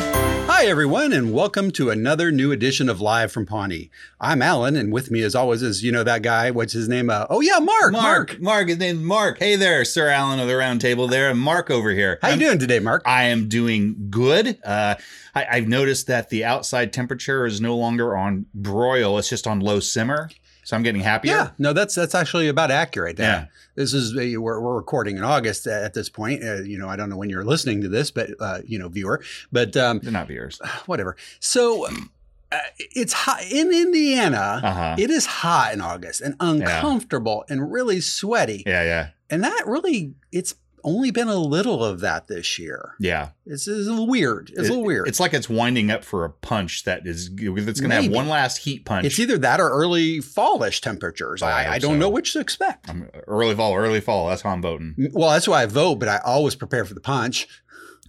Hi, everyone, and welcome to another new edition of Live from Pawnee. I'm Alan, and with me, as always, is you know that guy. What's his name? Uh, oh yeah, Mark. Mark, Mark, his name's Mark. Hey there, Sir Alan of the Round Table. There, and Mark over here. How I'm- you doing today, Mark? I am doing good. Uh, I, I've noticed that the outside temperature is no longer on broil; it's just on low simmer. So I'm getting happier. yeah, no, that's that's actually about accurate. Uh, Yeah. this is uh, we're, we're recording in August at this point. Uh, you know, I don't know when you're listening to this, but uh, you know, viewer, but um, They're not beers. whatever. So uh, it's hot in Indiana. Uh huh. It is hot in August and uncomfortable and really sweaty. Yeah, yeah, And that really, it's only been a little of that this year. yeah. It's, it's a little weird. It's a little weird. It's, It's like it's winding up for a punch that is that's going to have Maybe. one last heat punch. Oh, either that or early fallish temperatures. I I, hope I don't so. know which to expect. Um, early fall, early fall. That's how I'm voting. Well, that's why I vote, but I always prepare for the punch.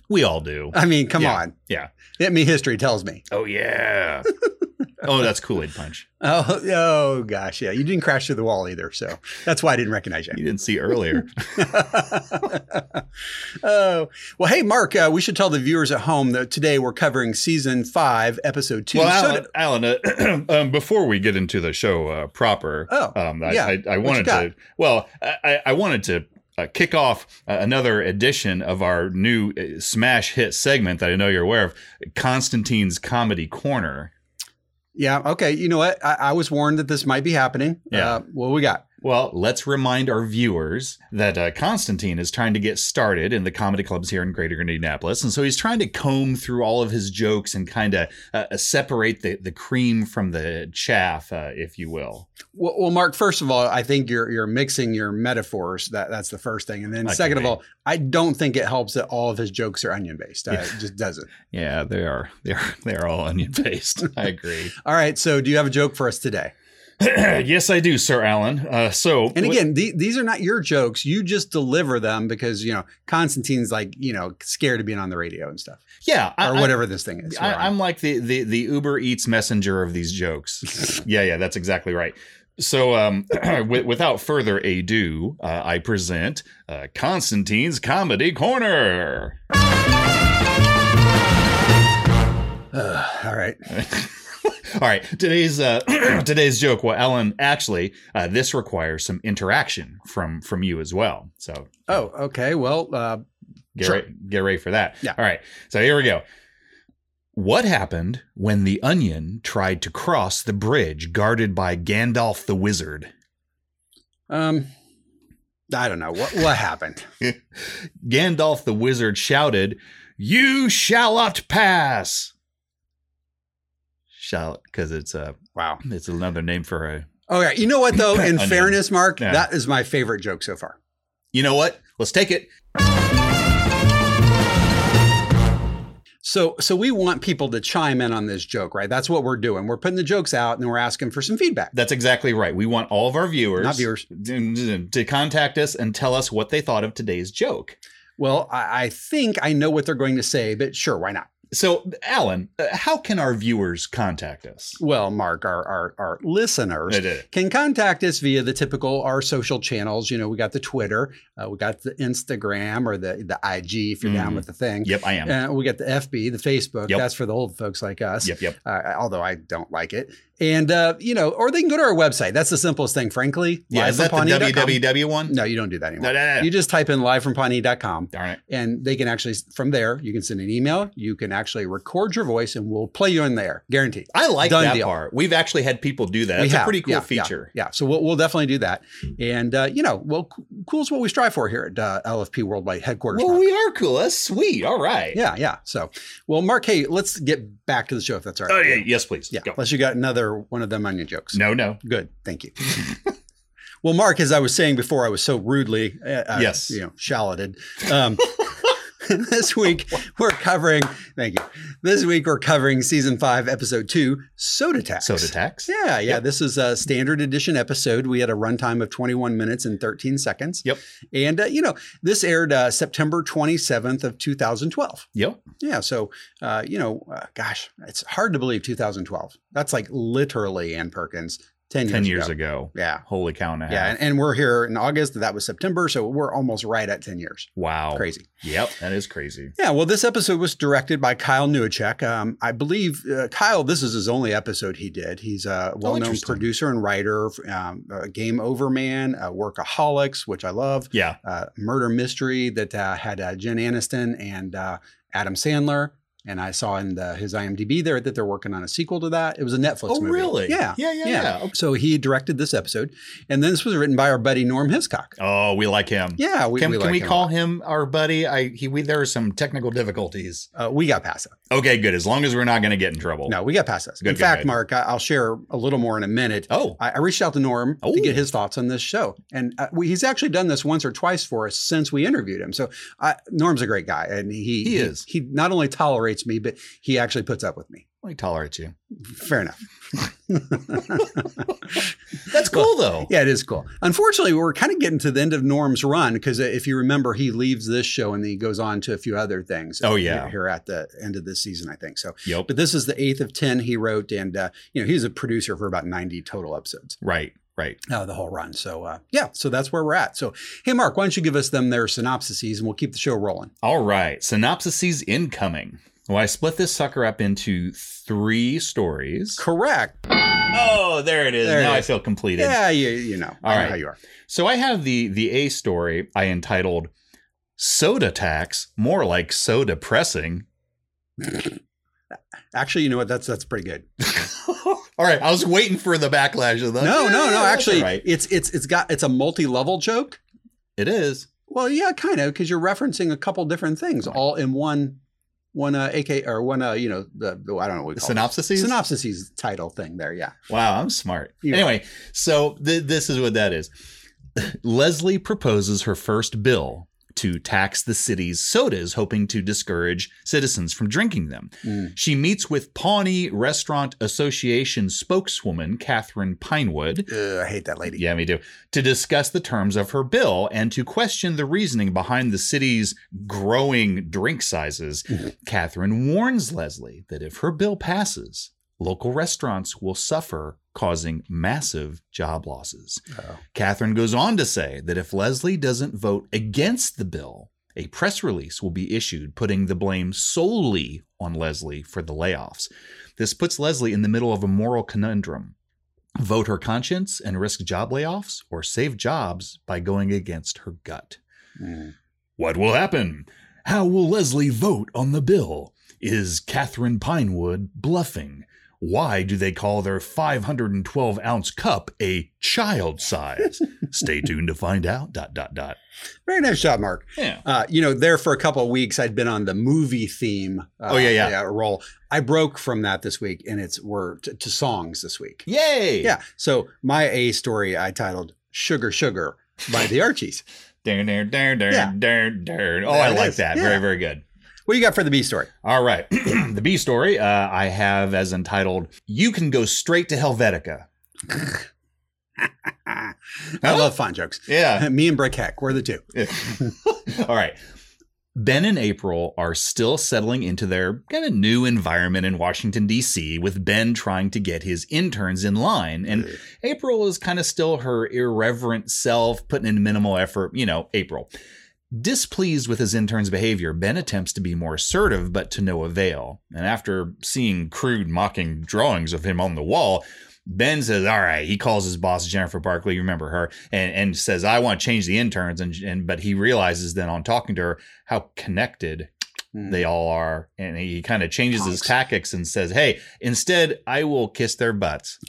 We all do. I mean, come Yeah. on. Yeah. I mean, history tells me. Oh yeah. oh, that's Kool Aid punch. Oh, oh gosh, yeah. You didn't crash through the wall either, so that's why I didn't recognize you. You didn't see earlier. oh well, hey Mark, uh, we should tell the viewers at home that today we're covering season five, episode two. Well, So Alan, Alan uh, um, before we get into the show uh, proper, Oh, um, I, yeah. I, I What you wanted got? to. Well, I, I- I wanted to. Uh, kick off uh, another edition of our new uh, smash hit segment that I know you're aware of, Constantine's Comedy Corner. yeah, okay. You know what? I, I was warned that this might be happening. Yeah. Uh, what we got? Well, let's remind our viewers that uh, Constantine is trying to get started in the comedy clubs here in Greater Indianapolis, and so he's trying to comb through all of his jokes and kind of uh, separate the, the cream from the chaff, uh, if you will. Well, well, Mark. First of all, I think you're you're mixing your metaphors. That that's the first thing, and then That could second of be. all, I don't think it helps that all of his jokes are onion based. Uh, Yeah. It just doesn't. Yeah, they are. They are. They are all onion based. I agree. All right. So, do you have a joke for us today? yes, I do, Sir Alan. Uh, so, And again, the, these are not your jokes. You just deliver them because you know Constantine's like you know scared of being on the radio and stuff. yeah, I- or I- whatever this thing is. I, I'm like the, the the Uber Eats messenger of these jokes. yeah, yeah, that's exactly right. So, um, wi- without further ado, uh, I present uh, Constantine's Comedy Corner. Ugh, all right. All right, today's uh, today's joke. Well, Alan, actually, uh, this requires some interaction from from you as well. So, Oh, okay. Well, uh, Get, Sure. ready, get ready for that. Yeah. All right. So here we go. What happened when the onion tried to cross the bridge guarded by Gandalf the Wizard? um, I don't know what what happened. Gandalf the Wizard shouted, You shall not pass. Shall because it's a Wow. it's another name for a All right. You know what though? In Onion. fairness, Mark, Yeah. that is my favorite joke so far. you know what? Let's take it. So, so we want people to chime in on this joke, right? That's what we're doing. We're putting the jokes out and then we're asking for some feedback. That's exactly right. We want all of our viewers, Not viewers. to contact us and tell us what they thought of today's joke. Well, I, I think I know what they're going to say, but sure, why not? So, Alan, uh, how can our viewers contact us? Well, Mark, our our, our listeners They did. can contact us via the typical our social channels. You know, we got the Twitter, uh, we got the Instagram or the the IG if you're down Mhm. with the thing. Yep, I am. Uh, we got the FB, the Facebook. Yep. That's for the old folks like us. Yep, yep. Uh, although I don't like it, and uh, you know, or they can go to our website. That's the simplest thing, frankly. Yeah, is that the livefrompawnee.com. www one? No, you don't do that anymore. No, no, no. You just type in livefrompawnee.com Darn it. and they can actually from there you can send an email. You can actually record your voice, and we'll play you in there, guaranteed. I like Done that deal. part. We've actually had people do that. We That's a have. pretty cool Yeah, yeah, feature. Yeah, so we'll, we'll definitely do that. And, uh, you know, well, c- cool is what we strive for here at uh, LFP Worldwide Headquarters. Well, Mark. we are cool. That's sweet. All right. yeah, yeah. So, well, Mark, hey, let's get back to the show if that's all right. Oh with yeah. you. Yes, please. Yeah, Go. unless you got another one of them onion jokes. No, no. Good, thank you. well, Mark, as I was saying before, I was so rudely, uh, uh, Yes. you know, shalloted. Um, this week we're covering. Thank you. This week we're covering season five, episode two, soda tax. Soda tax. Yeah, yeah. Yep. This is a standard edition episode. We had a runtime of 21 minutes and 13 seconds. Yep. And uh, you know, this aired uh, September 27th of 2012. Yep. Yeah. So, uh, you know, uh, gosh, it's hard to believe 2012. That's like literally Ann Perkins 10 years, 10 years ago. ago. Yeah. Holy cow and a half. Yeah. And, and we're here in August. That was September. So we're almost right at 10 years. wow. Crazy. Yep. That is crazy. Yeah, well, this episode was directed by Kyle Newacek. Um, I believe uh, Kyle, this is his only episode he did. He's a well-known Oh, interesting. producer and writer, um, uh, Game Over Man, uh, Workaholics, which I love, Yeah. uh, Murder Mystery that uh, had uh, Jen Aniston and uh, Adam Sandler. And I saw in the, his IMDb there that they're working on a sequel to that. It was a Netflix oh, movie. really? Yeah. Yeah. Yeah. Yeah. Yeah. Okay. So he directed this episode, and then this was written by our buddy Norm Hiscock. Oh, we like him. Yeah, we can we, we, can like we him a call lot. him our buddy? I he we there are some technical difficulties. Uh, we got past that. Okay, good. As long as we're not going to get in trouble. No, we got past this. Good, in good, fact, good. Mark, I, I'll share a little more in a minute. Oh, I, I reached out to Norm Oh. to get his thoughts on this show, and uh, we, he's actually done this once or twice for us since we interviewed him. So I, Norm's a great guy, and he He is. He not only tolerates me, but he actually puts up with me. we tolerate you. Fair enough. That's cool though. Yeah, it is cool. Unfortunately, we're kind of getting to the end of Norm's run because if you remember, he leaves this show and then he goes on to a few other things. uh, Oh, yeah. here, here at the end of this season, I think. So, Yep. but this is the eighth of ten he wrote, and uh, you know he was a producer for about ninety total episodes. Right. Right. uh, the whole run. So uh, yeah, so that's where we're at. So hey, Mark, why don't you give us them their synopsises and we'll keep the show rolling. All right. Synopsises incoming. Well, I split this sucker up into three stories. Correct. Oh, there it is. There it now I is. feel completed. Yeah, you you know, All I know right. how you are. So I have the the A story I entitled Soda Tax, more like so depressing. Actually, you know what? That's that's pretty good. All right, I was waiting for the backlash of that. No, no, no. Actually, right. it's it's it's got it's a multi-level joke. It is. Well, yeah, kind of, because you're referencing a couple different things all in one one uh, AK or one uh, you know the, the- I don't know what we call it. Synopsis. synopsises title thing there. Yeah. Wow, I'm smart. You are. anyway, so th- this is what that is. Leslie proposes her first bill to tax the city's sodas, hoping to discourage citizens from drinking them. Mm. She meets with Pawnee Restaurant Association spokeswoman Catherine Pinewood. Ugh, I hate that lady. Yeah, me too. To discuss the terms of her bill and to question the reasoning behind the city's growing drink sizes, Mm-hmm. Catherine warns Leslie that if her bill passes, local restaurants will suffer, causing massive job losses. Oh. Catherine goes on to say that if Leslie doesn't vote against the bill, a press release will be issued putting the blame solely on Leslie for the layoffs. This puts Leslie in the middle of a moral conundrum vote her conscience and risk job layoffs, or save jobs by going against her gut. Mm. What will happen? How will Leslie vote on the bill? Is Catherine Pinewood bluffing? Why do they call their 512 ounce cup a child size? Stay tuned to find out. Dot dot dot. Very nice job, Mark. Yeah. Uh, you know, there for a couple of weeks, I'd been on the movie theme. Uh, Oh, yeah, yeah. Roll. I broke from that this week, and it's we're t- to songs this week. Yay! Yeah. So my A story I titled "Sugar Sugar" by the Archies. Darn, darn, darn, Yeah. darn, darn, darn. Oh, There I it like is. that. Yeah. Very, very good. What do you got for the B story? All right. the B story uh, I have as entitled, You Can Go Straight to Helvetica. Ah, I Huh? love fun jokes. Yeah. Me and Brick Heck, we're the two. All right. Ben and April are still settling into their kind of new environment in Washington, D.C., with Ben trying to get his interns in line. And April is kind of still her irreverent self, putting in minimal effort, you know, April. Displeased with his intern's behavior, Ben attempts to be more assertive, but to no avail. And after seeing crude, mocking drawings of him on the wall, Ben says, "All right." He calls his boss Jennifer Barkley. You remember her, and and says, "I want to change the interns." And and but he realizes then on talking to her how connected Mm. they all are, and he kind of changes his Punks. tactics and says, "Hey, instead, I will kiss their butts."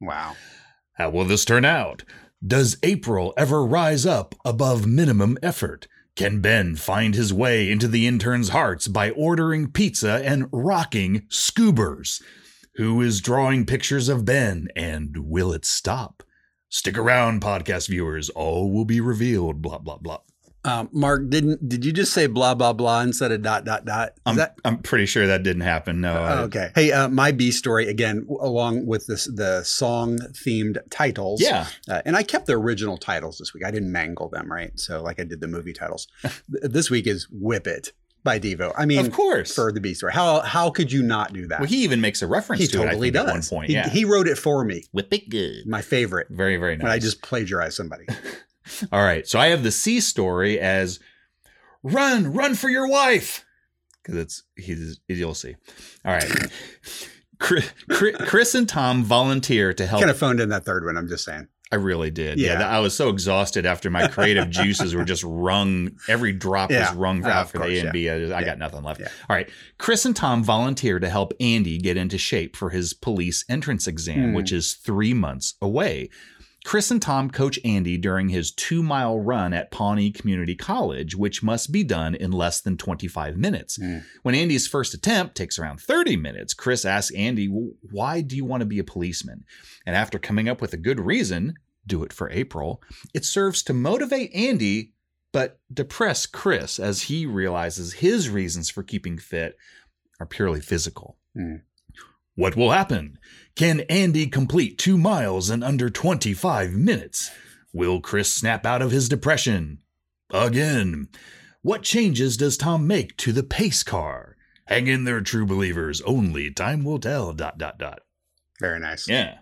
Wow. How will this turn out? Does April ever rise up above minimum effort? Can Ben find his way into the interns' hearts by ordering pizza and rocking scoobers? Who is drawing pictures of Ben and will it stop? Stick around, podcast viewers. All will be revealed. Blah, blah, blah. Um, Mark, didn't did you just say blah blah blah instead of dot dot dot? Is I'm, that I'm pretty sure that didn't happen. No. I- Oh, okay. Hey, uh, my B story again, w- along with this the song themed titles. Yeah. Uh, and I kept the original titles this week. I didn't mangle them, right? So like I did the movie titles. Th- this week Uh, is Whip It by Devo. I mean, of course. for the B story. How how could you not do that? well, he even makes a reference He to it. I think, at one point. He, yeah, he wrote it for me. whip it good. My favorite. Very very nice. When I just plagiarized somebody. All right. So I have the C story as run, run for your wife. Because it's, he's, you'll see. All right. Chris, Chris and Tom volunteer to help. Kind of phoned in that third one. I'm just saying. I really did. Yeah. Yeah. that- I was so exhausted after my creative juices were just wrung. Every drop Yeah. was wrung Uh, out of for course, the A and yeah. B. I, just- I Yeah. got nothing left. Yeah. All right. Chris and Tom volunteer to help Andy get into shape for his police entrance exam, Hmm. which is three months away. Chris and Tom coach Andy during his two mile run at Pawnee Community College, which must be done in less than 25 minutes. Hmm. When Andy's first attempt takes around 30 minutes, Chris asks Andy, "Well, Why do you want to be a policeman? And after coming up with a good reason, do it for April, it serves to motivate Andy, but depress Chris as he realizes his reasons for keeping fit are purely physical. Hmm. What will happen? Can Andy complete two miles in under 25 minutes? Will Chris snap out of his depression? Again. What changes does Tom make to the pace car? Hang in there, true believers. Only time will tell. Dot, dot, dot. Very nice. Yeah.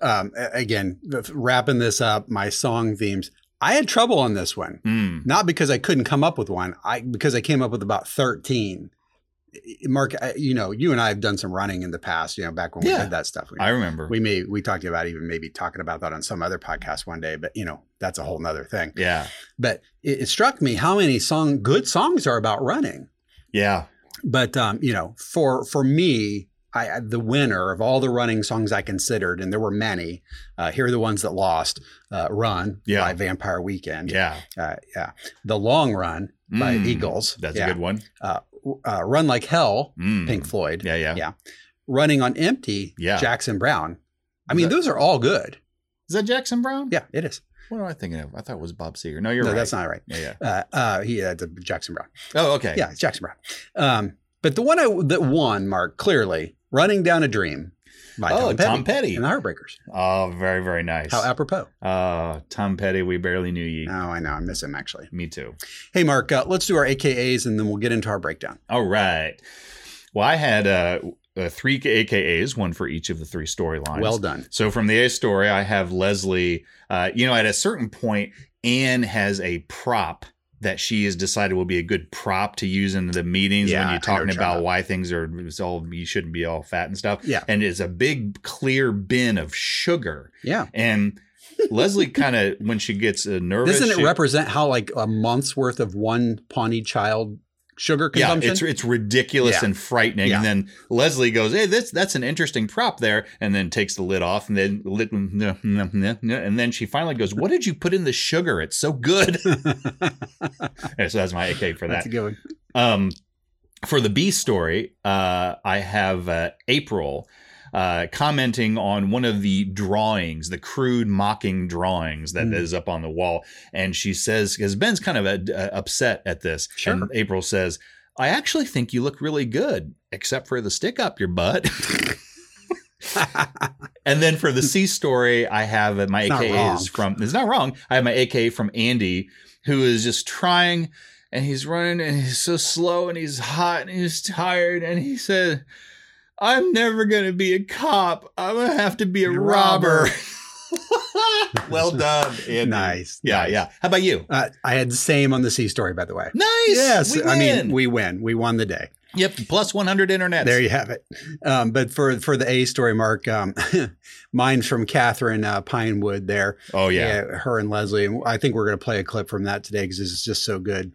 Um, a- again, f- wrapping this up, my song themes. I had trouble on this one. Mm. not because I couldn't come up with one, I because I came up with about thirteen. Mark, I- you know, you and I have done some running in the past. You know, back when we Yeah. did that stuff, we, I remember. we may we talked about even maybe talking about that on some other podcast one day. But you know, that's a whole nother thing. yeah. But it, it struck me how many song good songs are about running. Yeah. But um, you know, for for me. I, I- the winner of all the running songs I considered, and there were many. Uh, here are the ones that lost: uh, "Run" Yeah. by Vampire Weekend, Yeah. uh, yeah, "The Long Run" by Mm. Eagles. That's Yeah. a good one. uh, Run Like Hell, Mm. Pink Floyd. Yeah, yeah. Yeah. Running on Empty, Yeah. Jackson Brown. I Is mean, that- those are all good. Is that Jackson Brown? Yeah, it is. What am I thinking of? I thought it was Bob Seger. No, you're no, right. that's not right. Yeah, yeah. Uh, uh, he, uh, it's Jackson Brown. Oh, okay. Yeah, it's Jackson Brown. Um, but the one I, that won, Mark, clearly, Running Down a Dream by Oh, Tom Petty Tom Petty. and the Heartbreakers. Oh, very, very nice. How apropos. uh, Tom Petty, we barely knew ye. Oh, I know. I miss him, actually. Me too. Hey, Mark, uh, let's do our AKAs and then we'll get into our breakdown. All right. Well, I had uh, uh, three AKAs, one for each of the three storylines. Well done. So from the A story, I have Leslie. Uh, you know, at a certain point, Anne has a prop that she has decided will be a good prop to use in the meetings Yeah, when I you're know talking what you're about talking why things are it's all you shouldn't be all fat and stuff. Yeah. and it's a big clear bin of sugar. Yeah. And Leslie kind of when she gets uh, nervous, Doesn't it she- represent how, like, a month's worth of one Pawnee child sugar Yeah, consumption? it's it's ridiculous Yeah. and frightening. Yeah. And then Leslie goes, "Hey, that's that's an interesting prop there," and then takes the lid off, and then lid, and then she finally goes, "What did you put in the sugar? It's so good." And so that's my AK for That's that. a good one. Um, for the B story, uh, I have uh, April. Uh, commenting on one of the drawings, the crude mocking drawings that is Mm. up on the wall. And she says, because Ben's kind of uh, uh, upset at this. Sure. And April says, I actually think you look really good, except for the stick up your butt. and then for the C story, I have uh, my It's not AKA is wrong. from, it's not wrong. I have my AKA from Andy, who is just trying and he's running and he's so slow and he's hot and he's tired. And he said, I'm never going to be a cop. I'm going to have to be a robber. Robber. well done. Andy. Nice. Yeah, nice. yeah. How about you? Uh, I had the same on the C story, by the way. Nice. Yes, We I mean win. we win. We won the day. Yep, plus 100 internets. There you have it. Um, but for for the A story, Mark, um, mine's from Catherine uh, Pinewood. There, oh, yeah. her and Leslie. And I think we're going to play a clip from that today because this is just so good.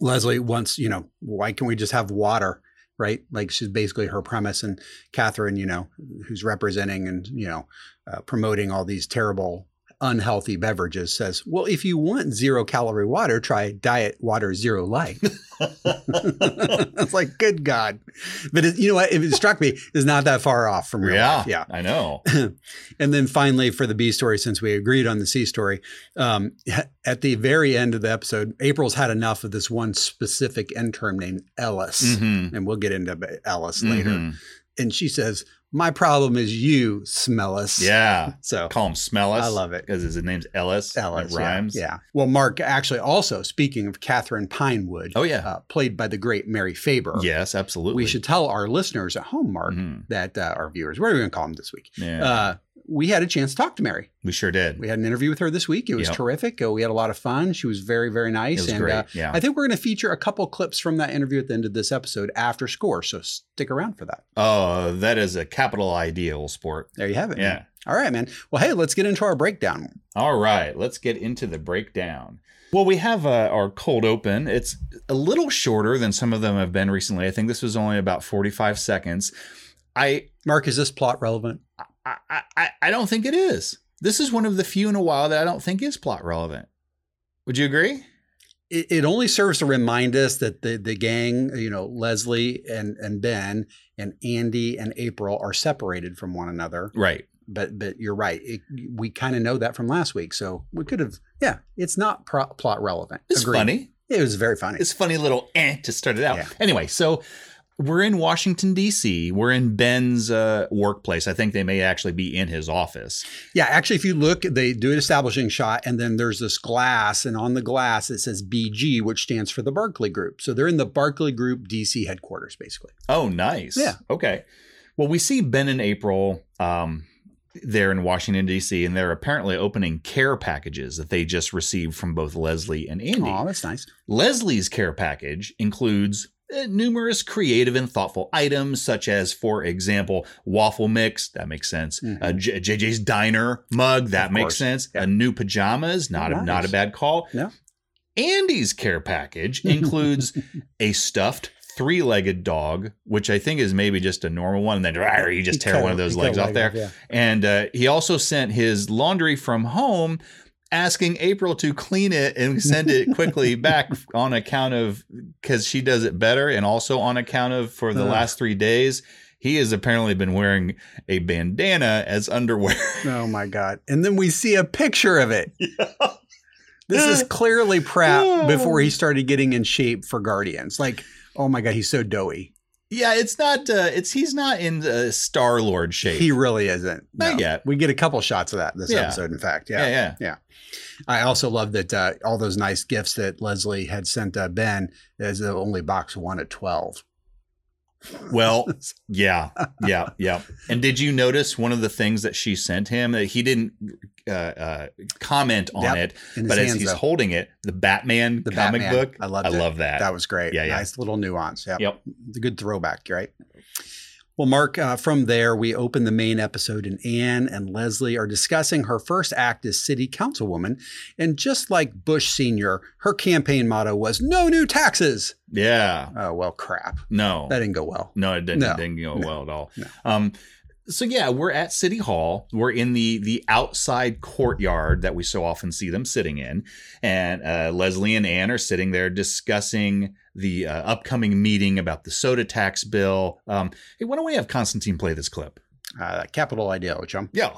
Leslie wants, you know, why can not we just have water? Right, like she's basically her premise, and Catherine, you know, who's representing and you know uh, promoting all these terrible unhealthy beverages, says, "Well, if you want zero calorie water, try diet water zero light." it's like, good God. But it, you know what? It struck me is not that far off from real yeah. life. Yeah. I know. And then finally, for the B story, since we agreed on the C story, um, at the very end of the episode, April's had enough of this one specific intern named Ellis. Mhm. And we'll get into Ellis later. Mhm. And she says, My problem is you smell us. Yeah. So Call him Smellus. I love it. Because his name's Ellis. Ellis. It yeah, rhymes. Yeah, Well, Mark actually also, speaking of Catherine Pinewood, Oh, yeah. uh, played by the great Mary Faber. Yes, absolutely. We should tell our listeners at home, Mark, Mhm. that uh, our viewers, what are we going to call them this week? Yeah, Uh, we had a chance to talk to Mary. we sure did. We had an interview with her this week. It was Yep. terrific. Uh, we had a lot of fun. She was very, very it nice. was and great. Uh, yeah. I think we're going to feature a couple clips from that interview at the end of this episode after score. So stick around for that. oh, that is a capital ideal sport. There you have it. man. Yeah. All right, man. Well, hey, let's get into our breakdown. All right, let's get into the breakdown. Well, we have uh, our cold open. It's a little shorter than some of them have been recently. I think this was only about 45 seconds. I Mark, is this plot relevant? I, I- I, I don't think it is. This is one of the few in a while that I don't think is plot relevant. Would you agree? It, it only serves to remind us that the the gang, you know, Leslie and and Ben and Andy and April are separated from one another. Right. But but you're right. It, we kind of know that from last week, so we could have. Yeah, it's not pro- plot relevant. It's Agreed. funny. It was very funny. It's funny little eh to start it out. Yeah. Anyway, so we're in Washington D.C. We're in Ben's uh, workplace. I think they may actually be in his office. Yeah, actually, if you look, they do an establishing shot, and then there's this glass, and on the glass it says BG, which stands for the Barclay Group. So they're in the Barclay Group DC headquarters, basically. Oh, nice. Yeah. Okay. Well, we see Ben and April um, there in Washington, D.C., and they're apparently opening care packages that they just received from both Leslie and Andy. Oh, that's nice. Leslie's care package includes eh, numerous creative and thoughtful items, such as, for example, waffle mix. That makes sense. Mhm. A J- JJ's Diner mug. That Of makes course. sense. Yeah. A new pajamas. Not, Nice. a, not a bad call. No. Andy's care package includes a stuffed three legged dog, which I think is maybe just a normal one. And then "Rawr," you just He tear cut one of a- he those cut a legs off leg there. yeah. And uh, he also sent his laundry from home, asking April to clean it and send it quickly back on account of because she does it better, and also on account of for the Ugh. last three days. He has apparently been wearing a bandana as underwear. Oh my god! And then we see a picture of it. This is clearly Pratt Yeah. before he started getting in shape for Guardians. Like, oh my god, he's so doughy. yeah, it's not. Uh, it's he's not in uh, Star Lord shape. He really isn't. Not yet. We get a couple shots of that this Yeah. episode. In fact, yeah, yeah. I also love that uh, all those nice gifts that Leslie had sent uh, Ben is the only box one at 12. Well, yeah, yeah, yeah. And did you notice one of the things that she sent him that he didn't uh, uh, comment on Yep. it, In his but as hands, he's though. holding it, the Batman The comic Batman. book. I loved I it. love that. That was great. Yeah, yeah. Nice little nuance. Yeah. Yep. The good throwback, right? Well, Mark, uh, from there, we open the main episode, and Anne and Leslie are discussing her first act as city councilwoman. And just like Bush Sr., her campaign motto was no new taxes. yeah. Oh, well, crap. No. That didn't go well. no, it didn't, No. it didn't go well at all. No. Um, so yeah, we're at City Hall. We're in the the outside courtyard that we so often see them sitting in, and uh, Leslie and Anne are sitting there discussing the uh, upcoming meeting about the soda tax bill. Um, hey, why don't we have Constantine play this clip? Uh, capital idea, chum. Yeah.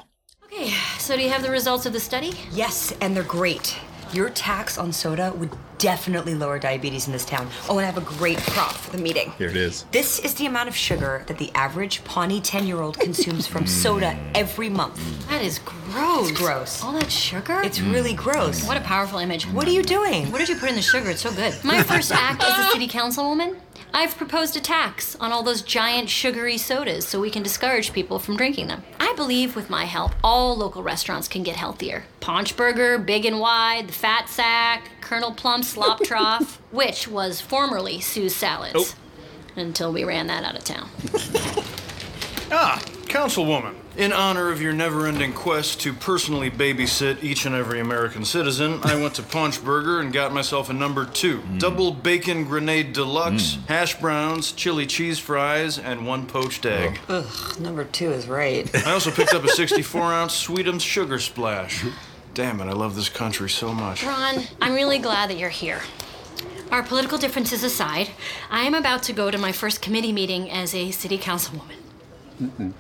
Okay, so do you have the results of the study? Yes, and they're great. Your tax on soda would definitely lower diabetes in this town. Oh, and I have a great prop for the meeting. Here it is. This is the amount of sugar that the average Pawnee 10 year old consumes from soda every month. That is gross. It's gross. All that sugar? It's really gross. what a powerful image. What are you doing? What did you put in the sugar? It's so good. My first act as a city councilwoman, I've proposed a tax on all those giant sugary sodas so we can discourage people from drinking them. I believe with my help, all local restaurants can get healthier. Paunch Burger, Big and Wide, The Fat Sack, Colonel Plum Slop Trough, which was formerly Sue's Salads. Until we ran that out of town. Ah, Councilwoman, in honor of your never ending quest to personally babysit each and every American citizen, I went to Paunch Burger and got myself a number two double bacon grenade deluxe, hash browns, chili cheese fries, and one poached egg. Ugh, number two is right. I also picked up a 64 ounce Sweetums sugar splash. Damn it, I love this country so much. Ron, I'm really glad that you're here. Our political differences aside, I am about to go to my first committee meeting as a city councilwoman. And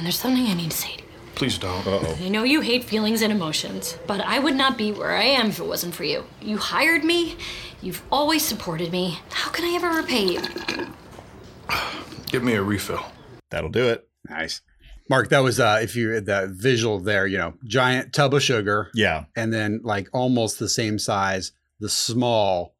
there's something I need to say to you. Please don't. I know you hate feelings and emotions, but I would not be where I am if it wasn't for you. You hired me, you've always supported me. How can I ever repay you? Give me a refill. That'll do it. Nice. Mark, that was uh if you the visual there, you know, giant tub of sugar Yeah. and then like almost the same size, the small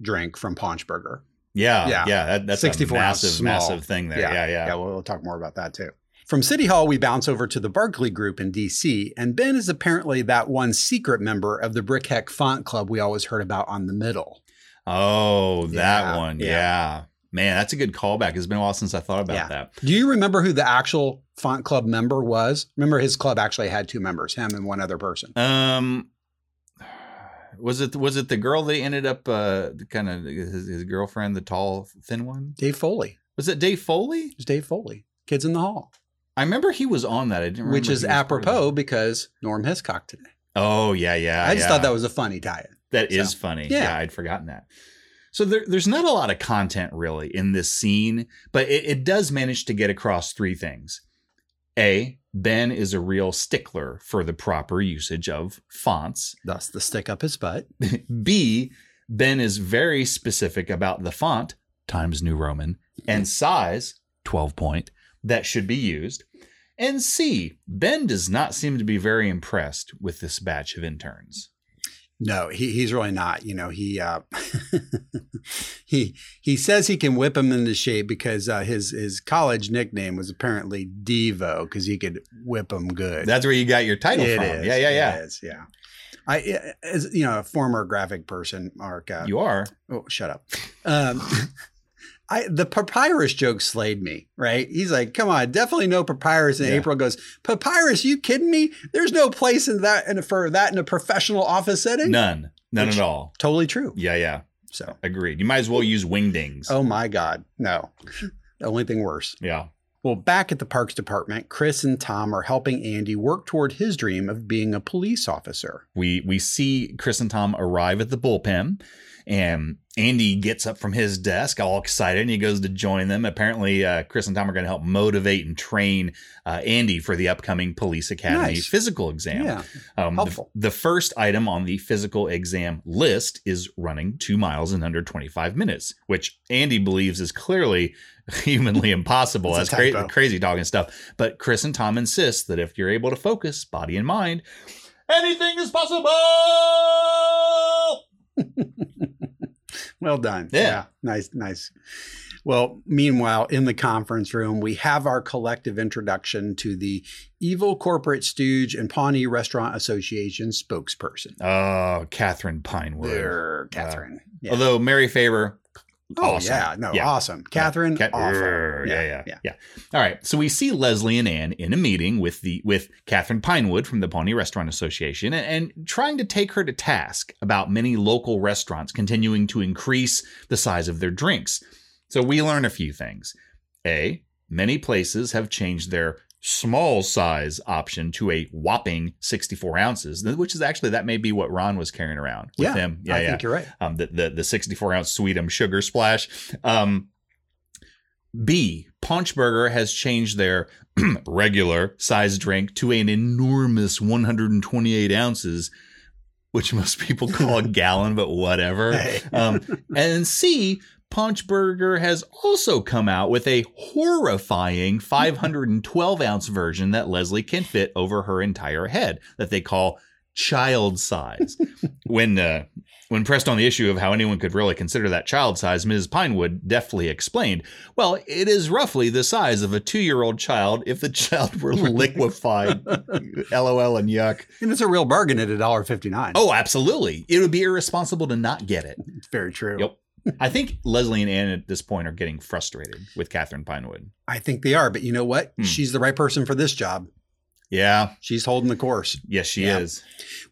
drink from Ponchberger. Yeah. Yeah. Yeah. that- that's 64 64 a ounce massive, small. massive thing there. Yeah. Yeah. yeah we'll, we'll talk more about that too. From City Hall, we bounce over to the Barclay Group in DC, and Ben is apparently that one secret member of the Brickheck Font Club we always heard about on the middle. Oh, that Yeah, one. Yeah. yeah. Uh, Man, that's a good callback. It's been a while since I thought about Yeah. that. Do you remember who the actual Font Club member was? Remember, his club actually had two members, him and one other person. Um, was it was it the girl that he ended up uh kind of his, his girlfriend, the tall, thin one? Dave Foley. Was it Dave Foley? It was Dave Foley. Kids in the Hall. I remember he was on that. I didn't. Remember which he is was part of that. apropos because Norm Hiscock today. Oh yeah, yeah. I just thought yeah. that was a funny tie-in. That is So, funny. Yeah. yeah. I'd forgotten that. So there, there's not a lot of content really in this scene, but it, it does manage to get across three things. A, Ben is a real stickler for the proper usage of fonts. Thus, the stick up his butt. B, Ben is very specific about the font, Times New Roman, and size, 12 point, that should be used. And C, Ben does not seem to be very impressed with this batch of interns. No, he, he's really not. You know, he uh, he he says he can whip him into shape because uh, his his college nickname was apparently Devo because he could whip him good. That's where you got your title It from. is, yeah, yeah, it yeah. is, yeah. I as you know, a former graphic person, Mark. Uh, You are. oh, shut up. Um, I the papyrus joke slayed me. Right? He's like, "Come on, definitely no papyrus." And Yeah. April goes, "Papyrus? You kidding me? There's no place in that in a, for that in a professional office setting." None. None Which- at all. Totally true. Yeah, yeah. So, Agreed. You might as well use wingdings. oh my God, no. The only thing worse. Yeah. Well, back at the parks department, Chris and Tom are helping Andy work toward his dream of being a police officer. We we see Chris and Tom arrive at the bullpen and Andy gets up from his desk all excited and he goes to join them. Apparently, uh, Chris and Tom are going to help motivate and train uh, Andy for the upcoming police academy Nice. physical exam. Yeah. Um, the, Helpful. the first item on the physical exam list is running two miles in under 25 minutes, which Andy believes is clearly humanly impossible. That's It's a cra- typo. crazy dog and stuff. But Chris and Tom insist that if you're able to focus, body and mind, anything is possible. Well done. Yeah. Nice, nice. Well, meanwhile, in the conference room, we have our collective introduction to the evil corporate stooge and Pawnee Restaurant Association spokesperson. Oh, Catherine Pinewood. There, Catherine. Yeah. Although Mary Favor. oh, awesome. yeah. No, awesome. Catherine, Cat- awful. Urgh. yeah, yeah, yeah, All right. So we see Leslie and Anne in a meeting with the with Catherine Pinewood from the Pawnee Restaurant Association and, and trying to take her to task about many local restaurants continuing to increase the size of their drinks. So we learn a few things. A, many places have changed their small size option to a whopping 64 ounces, which is actually that may be what Ron was carrying around with Yeah, him. I think you're right. um, the, the the 64 ounce Sweetum sugar splash. Um, B. Punchburger has changed their regular size drink to an enormous 128 ounces, which most people call a gallon, but whatever. Hey. Um, and C. Punchburger has also come out with a horrifying 512 ounce version that Leslie can fit over her entire head that they call child size. when uh, when pressed on the issue of how anyone could really consider that child size, Ms. Pinewood deftly explained, "Well, it is roughly the size of a two-year-old child if the child were liquefied." LOL and yuck. And it's a real bargain at $1.59. Oh, absolutely. It would be irresponsible to not get it. it's very true. Yep. I think Leslie and Ann at this point are getting frustrated with Catherine Pinewood. I think they are, but you know what? Hmm. She's the right person for this job. Yeah. She's holding the course. Yes, she Yeah. is.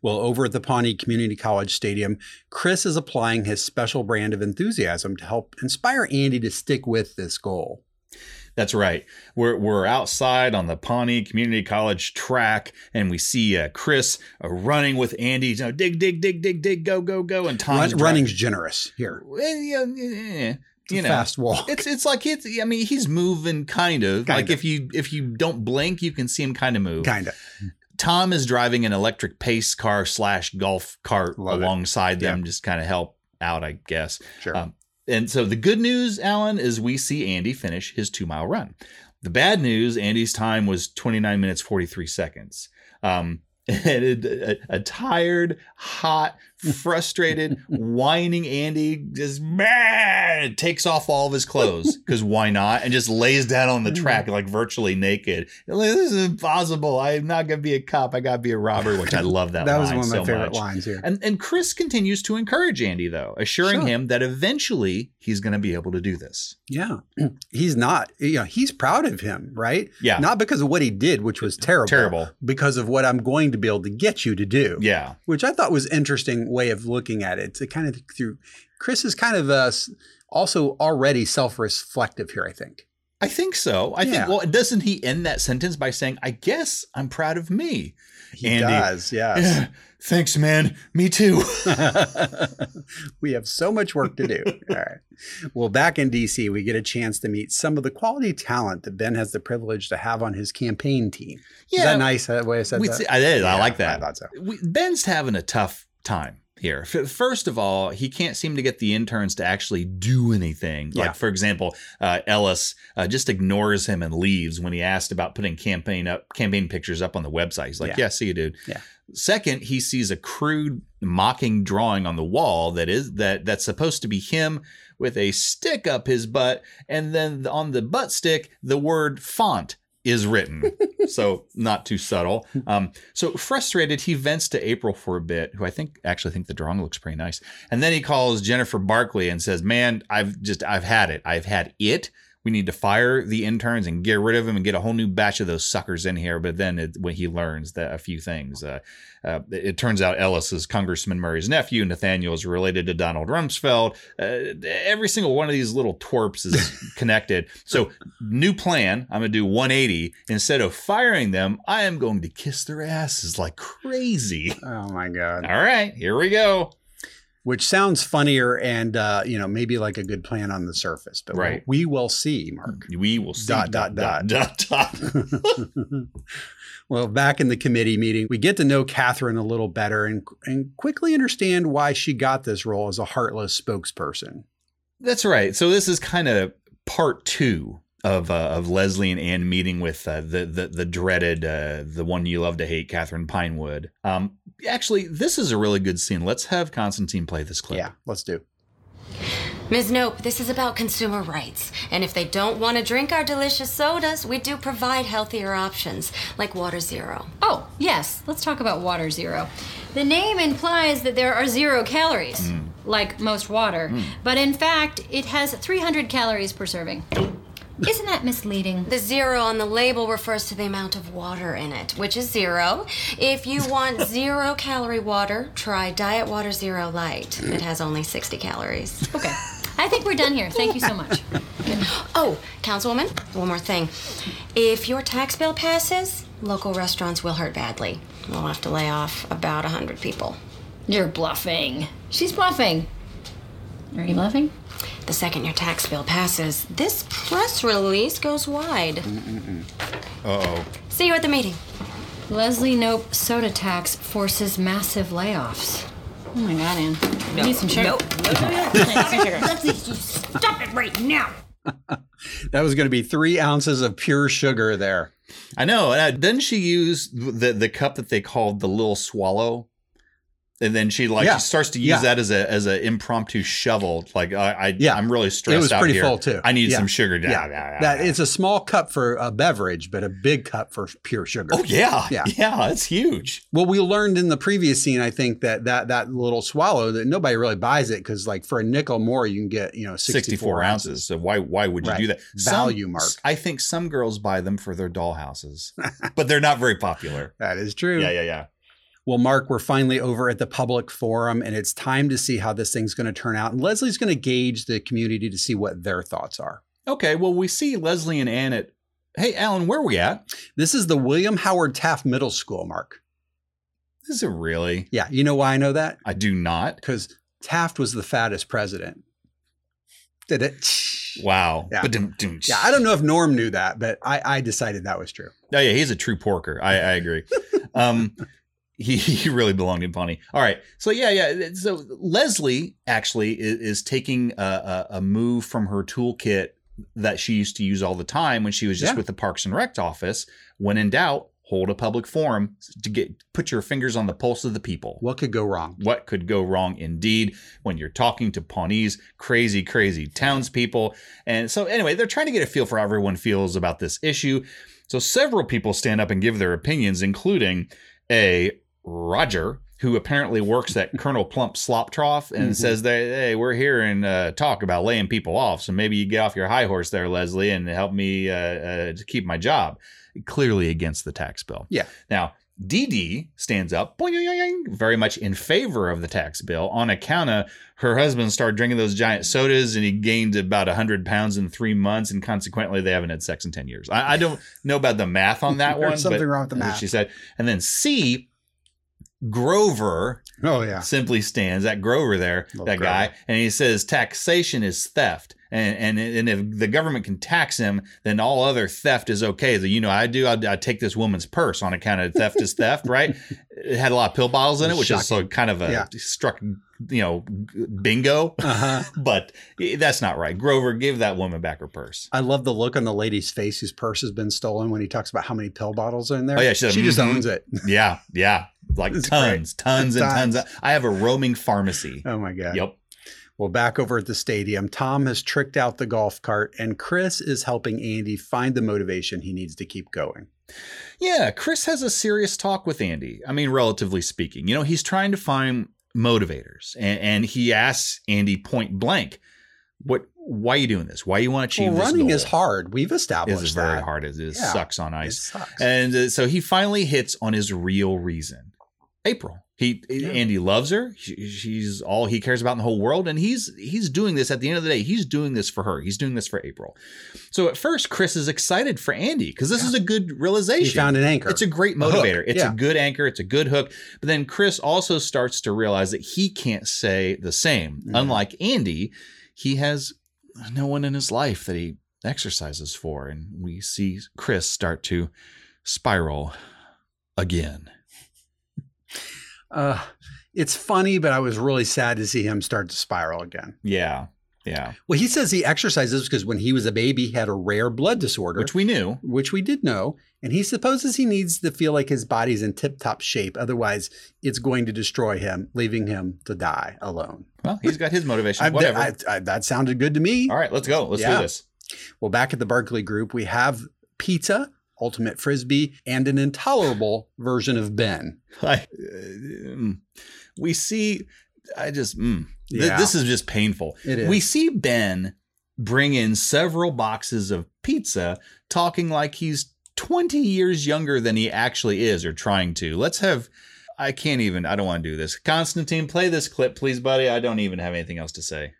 Well, over at the Pawnee Community College Stadium, Chris is applying his special brand of enthusiasm to help inspire Andy to stick with this goal. That's right. We're we're outside on the Pawnee Community College track, and we see uh, Chris uh, running with Andy. You know, dig, dig, dig, dig, dig, go, go, go, and Tom's Run, driving. running's generous here. Well, yeah, yeah, yeah, It's eh, you a know, fast walk. it's it's like it's. I mean, he's moving kind of Kind like of. if you if you don't blink, you can see him kind of move. kind of. Tom is driving an electric pace car slash golf cart Love it. alongside them, Yeah. just kind of help out, I guess. Sure. Um, and so the good news, Alan, is we see Andy finish his two mile run. The bad news Andy's time was 29 minutes 43 seconds. Um, and a, a- a tired, hot, frustrated, whining Andy just man takes off all of his clothes because why not? And just lays down on the track like virtually naked. Like, this is impossible. I'm not gonna be a cop. I gotta be a robber. Which I love that. That was line one of my so favorite much. lines here. And and Chris continues to encourage Andy though, assuring Sure. him that eventually he's going to be able to do this. Yeah. He's not, you know, he's proud of him, right? Yeah. Not because of what he did, which was terrible. Terrible. Because of what I'm going to be able to get you to do. Yeah. Which I thought was interesting way of looking at it. To kind of think through Chris is kind of uh, s- also already self-reflective here, I think. I think so. I Yeah. think well, doesn't he end that sentence by saying, "I guess I'm proud of me." He Andy. does, yes. Yeah, Thanks, man. Me too. we have so much work to do. All right. Well, back in DC, we get a chance to meet some of the quality talent that Ben has the privilege to have on his campaign team. Is that nice uh, way I said We that? see- I did. I Yeah, like that. I thought so. We, Ben's having a tough time here. F- First of all, he can't seem to get the interns to actually do anything. Yeah. Like, for example, uh, Ellis uh, just ignores him and leaves when he asked about putting campaign up campaign pictures up on the website. He's like, Yeah. "Yeah, see you, dude." Yeah. Second, he sees a crude mocking drawing on the wall that is that that's supposed to be him with a stick up his butt, and then on the butt stick, the word font is written. so not too subtle. Um, so frustrated, he vents to April for a bit, who I think actually think the drawing looks pretty nice. And then he calls Jennifer Barkley and says, "Man, I've just I've had it. I've had it." We need to fire the interns and get rid of them and get a whole new batch of those suckers in here. But then it, when he learns that a few things, uh, uh, it turns out Ellis is Congressman Murray's nephew. Nathaniel is related to Donald Rumsfeld. Uh, every single one of these little twerps is connected. So, new plan I'm going to do 180. Instead of firing them, I am going to kiss their asses like crazy. Oh my god. All right, here we go. Which sounds funnier and uh, you know maybe like a good plan on the surface, but Right. we will see, Mark. We will see. Dot, dot, dot, dot, dot. Well, back in the committee meeting, we get to know Catherine a little better and and quickly understand why she got this role as a heartless spokesperson. That's right. So this is kind of part two of uh, of Leslie and Ann meeting with uh, the, the the dreaded uh, the one you love to hate, Catherine Pinewood. Um, actually, this is a really good scene. Let's have Constantine play this clip. Yeah, let's do. Ms. Nope, this is about consumer rights. And if they don't want to drink our delicious sodas, we do provide healthier options, like Water Zero. Oh, yes. Let's talk about Water Zero. The name implies that there are zero calories, Hmm. like most water. But in fact, it has 300 calories per serving. Isn't that misleading? The zero on the label refers to the amount of water in it, which is zero. If you want zero calorie water, try Diet Water Zero Light. It has only 60 calories. Okay. I think we're done here. Thank you so much. Oh, Councilwoman, one more thing. If your tax bill passes, local restaurants will hurt badly. We'll have to lay off about 100 people. You're bluffing. She's bluffing. Are you bluffing? The second your tax bill passes, this press release goes wide. Uh oh. See you at the meeting. Leslie Nope soda tax forces massive layoffs. Oh my god, Ann. I need some sugar. Nope. No, no, no. Stop it right now! That was going to be three ounces of pure sugar there. I know. And uh, didn't she use the the cup that they called the little swallow? And then she like Yeah. she starts to use Yeah. that as a as an impromptu shovel. Like I, I Yeah. I'm really stressed it was out pretty here. full too. I need Yeah. some sugar. Yeah, that it's a small cup for a beverage, but a big cup for pure sugar. Oh yeah, Yeah. yeah, yeah. That's huge. Well, we learned in the previous scene, I think that that that little swallow that nobody really buys it because, like, for a nickel more, you can get you know sixty 64 four ounces. ounces. So why why would you Right. do that? Value mark. I think some girls buy them for their dollhouses, but they're not very popular. That is true. Yeah, yeah, yeah. Well, Mark, we're finally over at the public forum, and it's time to see how this thing's going to turn out. And Leslie's going to gauge the community to see what their thoughts are. Okay, well we see Leslie and Ann at Hey Alan, where are we at? This is the William Howard Taft Middle School, Mark. Is it really? Yeah, you know why I know that? I do not. Because Taft was the fattest president. Did it? Wow. Yeah. Ba-dum-dum. Yeah, I don't know if Norm knew that, but I, I decided that was true. Oh yeah, he's a true porker. I, I agree. um, he, he really belonged in Pawnee. All right, so yeah, yeah. So Leslie actually is, is taking a, a, a move from her toolkit that she used to use all the time when she was just Yeah. with the Parks and Rec office. When in doubt, hold a public forum to get put your fingers on the pulse of the people. What could go wrong? What could go wrong indeed when you're talking to Pawnee's crazy, crazy townspeople? And so, anyway, they're trying to get a feel for how everyone feels about this issue. So, several people stand up and give their opinions, including a Roger, who apparently works at Colonel Plump Slop Trough and says, that, Hey, we're here and uh, talk about laying people off. So maybe you get off your high horse there, Leslie, and help me uh, uh, to keep my job. Clearly against the tax bill. Yeah. Now, DD stands up, boing, boing, boing, boing, very much in favor of the tax bill on account of her husband started drinking those giant sodas and he gained about 100 pounds in three months. And consequently, they haven't had sex in 10 years. I, I don't know about the math on that There's one. something but wrong with the that's what math. She said. And then C, Grover Oh yeah. simply stands, that Grover there, Love that Grover. guy, and he says taxation is theft. And, and and if the government can tax him, then all other theft is okay. So, you know, I do, I, I take this woman's purse on account of theft is theft, right? It had a lot of pill bottles in it, which is so kind of a Yeah. Uh-huh. struck, you know, bingo. but that's not right. Grover, give that woman back her purse. I love the look on the lady's face whose purse has been stolen when he talks about how many pill bottles are in there. Oh, yeah, she said, just mhm. owns it. Yeah, yeah, like It's tons, tons and Tons. tons. I have a roaming pharmacy. Oh my god. Yep. Well, back over at the stadium, Tom has tricked out the golf cart, and Chris is helping Andy find the motivation he needs to keep going. Yeah, Chris has a serious talk with Andy. I mean, relatively speaking, you know, he's trying to find motivators, and, and he asks Andy point blank, "What? Why are you doing this? Why you want to achieve Well, this running goal? is hard. We've It's established very that. hard. It, it Yeah. sucks on It ice. sucks. And uh, so he finally hits on his real reason. April. He Andy loves her. She, she's all he cares about in the whole world, and he's he's doing this. At the end of the day, he's doing this for her. He's doing this for April. So at first, Chris is excited for Andy because this is a good realization. He found an anchor. It's a great hook. motivator. It's Yeah. a good anchor. It's a good hook. But then Chris also starts to realize that he can't say the same. Unlike Andy, he has no one in his life that he exercises for. And we see Chris start to spiral again. Uh, it's funny, but I was really sad to see him start to spiral again. Yeah. Yeah. Well, he says he exercises because when he was a baby, he had a rare blood disorder, Which we knew. which we did know. And he supposes he needs to feel like his body's in tip top shape. Otherwise, it's going to destroy him, leaving him to die alone. Well, he's got his motivation. I- Whatever. I- I- that sounded good to me. All right, let's go. Let's Yeah. do this. Well, back at the Berkeley group, we have pizza, ultimate frisbee, and an intolerable version of Ben. I, Uh, mm. we see. I just. Mm, Th- Yeah. this is just painful. It is. We see Ben bring in several boxes of pizza, talking like he's 20 years younger than he actually is, or trying to. Let's have. I can't even. I don't want to do this. Constantine, play this clip, please, buddy. I don't even have anything else to say.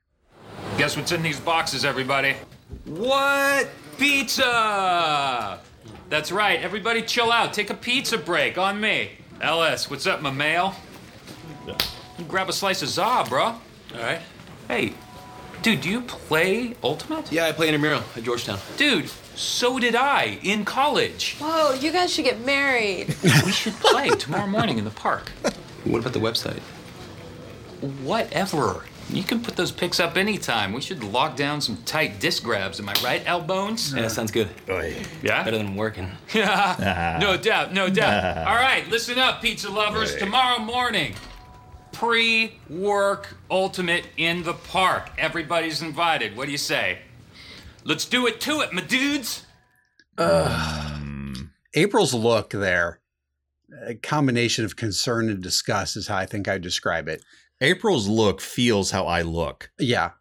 Guess what's in these boxes, everybody? What? Pizza! That's right. Everybody chill out. Take a pizza break on me. LS, what's up, my male? You grab a slice of za, bro. All right. Hey, dude, do you play Ultimate? Yeah, I play intramural at Georgetown. Dude, so did I in college. Whoa, you guys should get married. We should play tomorrow morning in the park. What about the website? Whatever. You can put those picks up anytime. We should lock down some tight disc grabs. Am I right, L Bones? Yeah, sounds good. Oh, Yeah? Better than working. Ah, No doubt, no doubt. All right, listen up, pizza lovers. Tomorrow morning, pre work ultimate in the park. Everybody's invited. What do you say? Let's do it to it, my dudes. Um, April's look there, a combination of concern and disgust is how I think I describe it. April's look feels how I look. Yeah.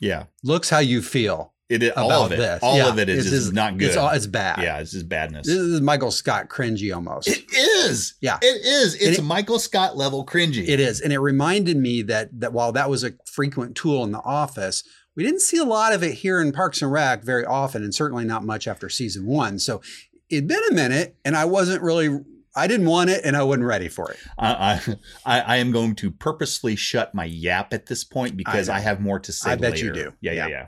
Yeah. Looks how you feel It, it- about all of it. this. All Yeah. of it is, It's- just not good. It's, all, it's bad. yeah, it's just badness. This is Michael Scott cringy almost. It is. Yeah. It is. It's it- Michael Scott level cringy. It is. And it reminded me that that while that was a frequent tool in the office, we didn't see a lot of it here in Parks and Rec very often, and certainly not much after season one. So it'd been a minute and I wasn't really I didn't want it and I wasn't ready for it. I, I, I I am going to purposely shut my yap at this point because know. I, have more to say. I bet you later. do. Yeah, yeah, yeah.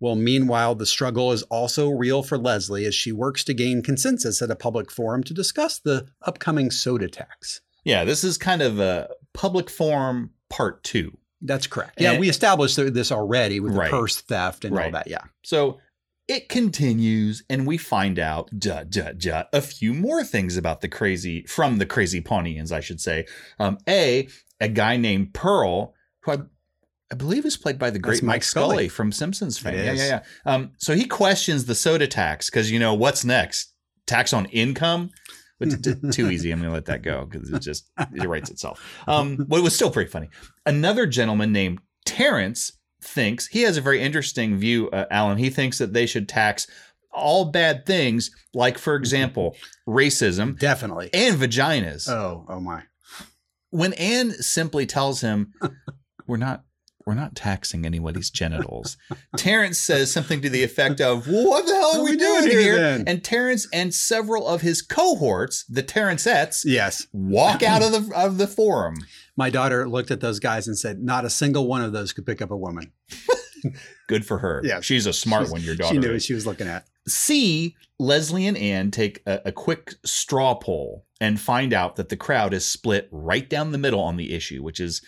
Well, meanwhile, the struggle is also real for Leslie as she works to gain consensus at a public forum to discuss the upcoming soda tax. Yeah, this is kind of a public forum part two. That's correct. Yeah, And- we established th- this already with Right. the purse theft and all Right. that. Yeah. So it continues, and we find out duh, duh, duh, a few more things about the crazy from the crazy Pawneans, I should say. Um, a a guy named Pearl, who I, I believe is played by the great That's Mike, Mike Scully. Scully. from Simpsons fame. It Yeah, is. yeah, yeah. Um, so he questions the soda tax because you know what's next? Tax on income. But t- t- too easy. I'm going to let that go because it just it writes itself. Um, well, it was still pretty funny. Another gentleman named Terrence thinks he has a very interesting view, uh, Alan. He thinks that they should tax all bad things, like, for example, racism Definitely. and vaginas. Oh, oh my. when Anne simply tells him, "We're not." We're not taxing anybody's genitals. Terrence says something to the effect of, well, What the hell are, we, doing, here? then? And Terrence and several of his cohorts, the Terrenceettes, Yes. walk out of the of the forum. My daughter looked at those guys and said, not a single one of those could pick up a woman. Good for her. Yeah. She's a smart one, your daughter. She knew what is. she was looking at. C, Leslie and Anne take a, a quick straw poll and find out that the crowd is split right down the middle on the issue, which is,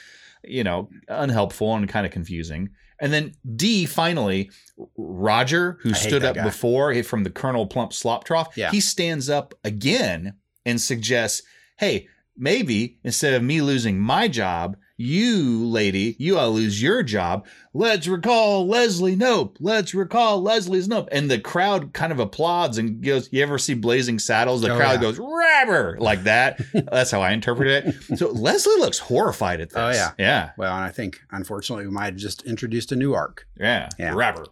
you know, unhelpful and kind of confusing. And then D, finally, Roger, who hate stood that up guy. before he- eh, from the Colonel Plump Slop Trough, Yeah. he stands up again and suggests, hey, maybe instead of me losing my job, you lady, you all lose your job. Let's recall Leslie Nope. Let's recall Leslie's Nope. And the crowd kind of applauds and goes, You ever see Blazing Saddles? The Oh, crowd yeah. goes, Rabber, like that. That's how I interpret it. So Leslie looks horrified at this. Oh, yeah. Yeah. Well, and I think, unfortunately, we might have just introduced a new arc. Yeah. Yeah. Rabber.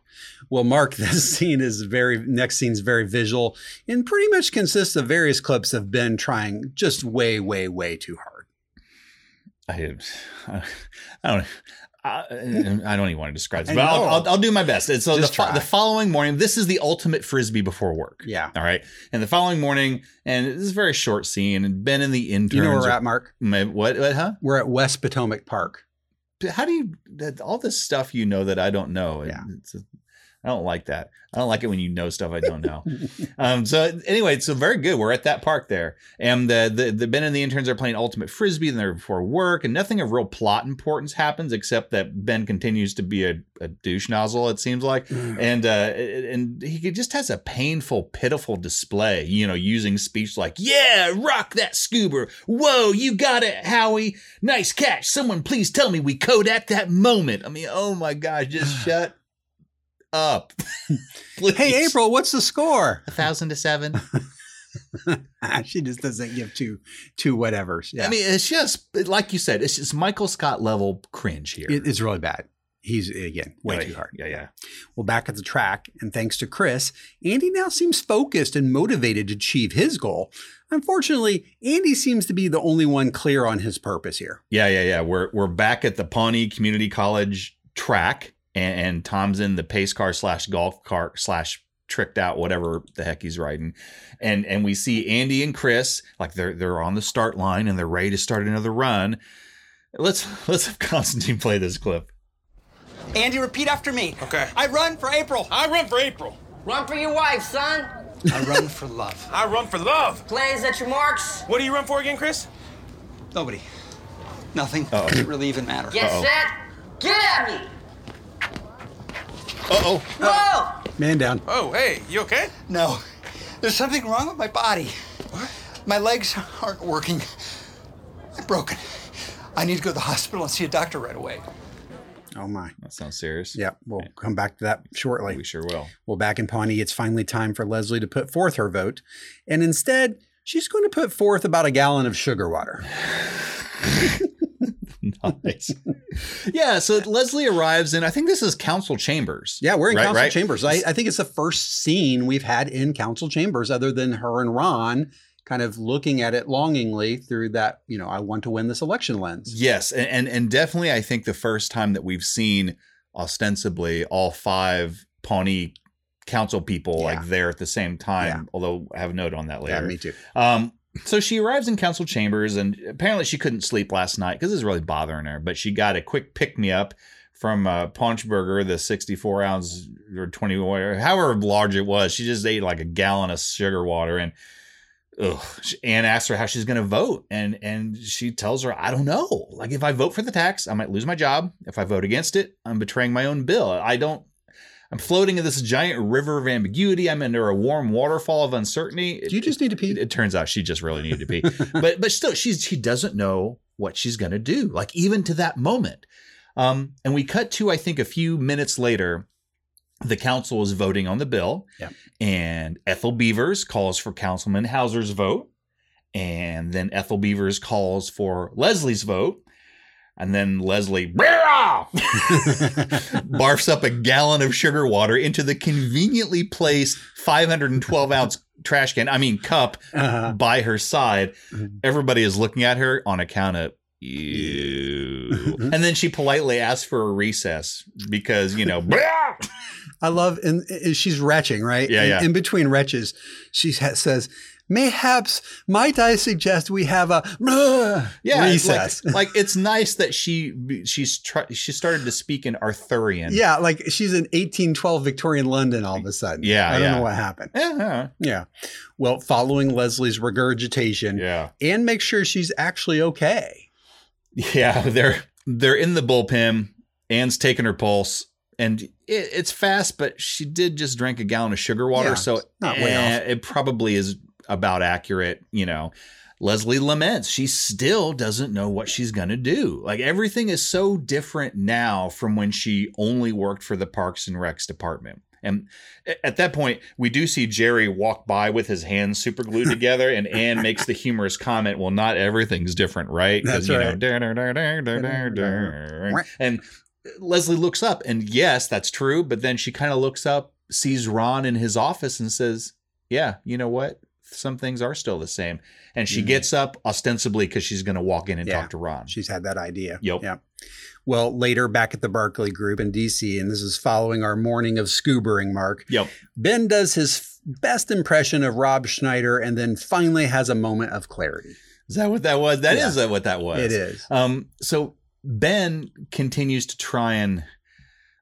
Well, Mark, this scene is very next scene's very visual and pretty much consists of various clips of Ben trying just way, way, way too hard. I, I don't. I, I don't even want to describe this, I but I'll, know. I'll, I'll do my best. And so the, Just fo- try. the following morning, this is the ultimate frisbee before work. Yeah. All right. And the following morning, and this is a very short scene. And Ben and the interns. You know where we're are- at, Mark? My- what? What? Huh? We're at West Potomac Park. How do you? That, all this stuff you know that I don't know. Yeah. It's a- I don't like that. I don't like it when you know stuff I don't know. um, so anyway, so very good. We're at that park there, and the, the the Ben and the interns are playing ultimate frisbee, and they're before work, and nothing of real plot importance happens except that Ben continues to be a, a douche nozzle. It seems like, and uh, and he could- just has a painful, pitiful display. You know, using speech like "Yeah, rock that scuba," "Whoa, you got it, Howie," "Nice catch." Someone please tell me we Kodak that moment. I mean, oh my gosh, just shut up. Hey, Please. April, what's the score? A thousand to seven. she just doesn't give two, two whatevers. Yeah. I mean, it's just like you said, it's just Michael Scott level cringe here. It- it's really bad. He's again way Yeah, too hard. yeah, yeah. Well, back at the track, and thanks to Chris, Andy now seems focused and motivated to achieve his goal. Unfortunately, Andy seems to be the only one clear on his purpose here. yeah, yeah, yeah. We're we're back at the Pawnee Community College track, and, and Tom's in the pace car slash golf cart slash tricked out whatever the heck he's riding, and and we see Andy and Chris like they're they're on the start line and they're ready to start another run. Let's let's have Constantine play this clip. Andy, repeat after me. Okay. I run for April. I run for April. Run for your wife, son. I run for love. I run for love. Plans at your marks. What do you run for again, Chris? Nobody. Nothing. does it really even matter? Get set. Get at me. Uh oh. Whoa. Man down. Oh, hey, you okay? No. There's something wrong with my body. My legs aren't working. I'm broken. I need to go to the hospital and see a doctor right away. Oh my. That sounds serious. Yeah, we'll come back to that shortly. we sure will. Well, back in Pawnee, it's finally time for Leslie to put forth her vote. And instead, she's going to put forth about a gallon of sugar water. nice. yeah, so Leslie arrives, and I think this is council chambers. Yeah, we're in Right, council right. chambers. I, I think it's the first scene we've had in council chambers, other than her and Ron kind of looking at it longingly through that, you know, I want to win this election lens. Yes, and, and and definitely, I think the first time that we've seen ostensibly all five Pawnee council people Yeah. like there at the same time. Although I have a note on that later. Yeah, me too. Um, so she arrives in council chambers, and apparently she couldn't sleep last night because it's really bothering her. But she got a quick pick me up from uh, Paunch Burger, the 64 ounce or 20 or however large it was. She just ate like a gallon of sugar water, and ugh. She- Anne asks her how she's going to vote, and and she tells her, "I don't know. Like, if I vote for the tax, I might lose my job. If I vote against it, I'm betraying my own bill. I don't. I'm floating in this giant river of ambiguity. I'm under a warm waterfall of uncertainty. Do you just need to pee? It, it turns out she just really needed to pee, but but still, she's she doesn't know what she's going to do. Like even to that moment, um, and we cut to I think a few minutes later. The council is voting on the bill, Yep. and Ethel Beavers calls for Councilman Hauser's vote, and then Ethel Beavers calls for Leslie's vote, and then Leslie "Brrrah!" barfs up a gallon of sugar water into the conveniently placed 512 ounce trash can, I mean cup, Uh-huh. by her side. Mhm. Everybody is looking at her on account of. Ew. and then she politely asks for a recess because you know "Brrrah!" I love, and and she's retching, right? Yeah, in, yeah. in between retches, she ha- says, "Mayhaps might I suggest we have a blah yeah it's like- recess." Like, it's nice that she she's try, she started to speak in Arthurian. yeah, like she's in 1812 Victorian London all of a sudden. Yeah, I don't yeah. know what happened. Yeah. Yeah. Well, following Leslie's regurgitation, Yeah. and make sure she's actually okay. Yeah. They're they're in the bullpen. Anne's taking her pulse, and it, it's fast, but she did just drink a gallon of sugar water, Yeah, so it's not way eh, It probably is about accurate, you know. Leslie laments she still doesn't know what she's going to do. Like everything is so different now from when she only worked for the Parks and Recs department. And a- at that point, we do see Jerry walk by with his hands super glued together, and Anne makes the humorous comment, "Well, not everything's different, right?" 'Cause, That's you know, right. "Dah, dah, dah, dah, dah, dah, dah." and Leslie looks up, and yes, that's true. But then she kind of looks up, sees Ron in his office, and says, "Yeah, you know what? Some things are still the same." And she Mhm. gets up ostensibly because she's going to walk in and Yeah. talk to Ron. She's had that idea. Yep. Yeah. Well, later back at the Barclay Group in DC, and this is following our morning of scoobering, Mark. Yep. Ben does his f- best impression of Rob Schneider and then finally has a moment of clarity. Is that what that was? That is Yeah. that what that was. It is. Um, so Ben continues to try and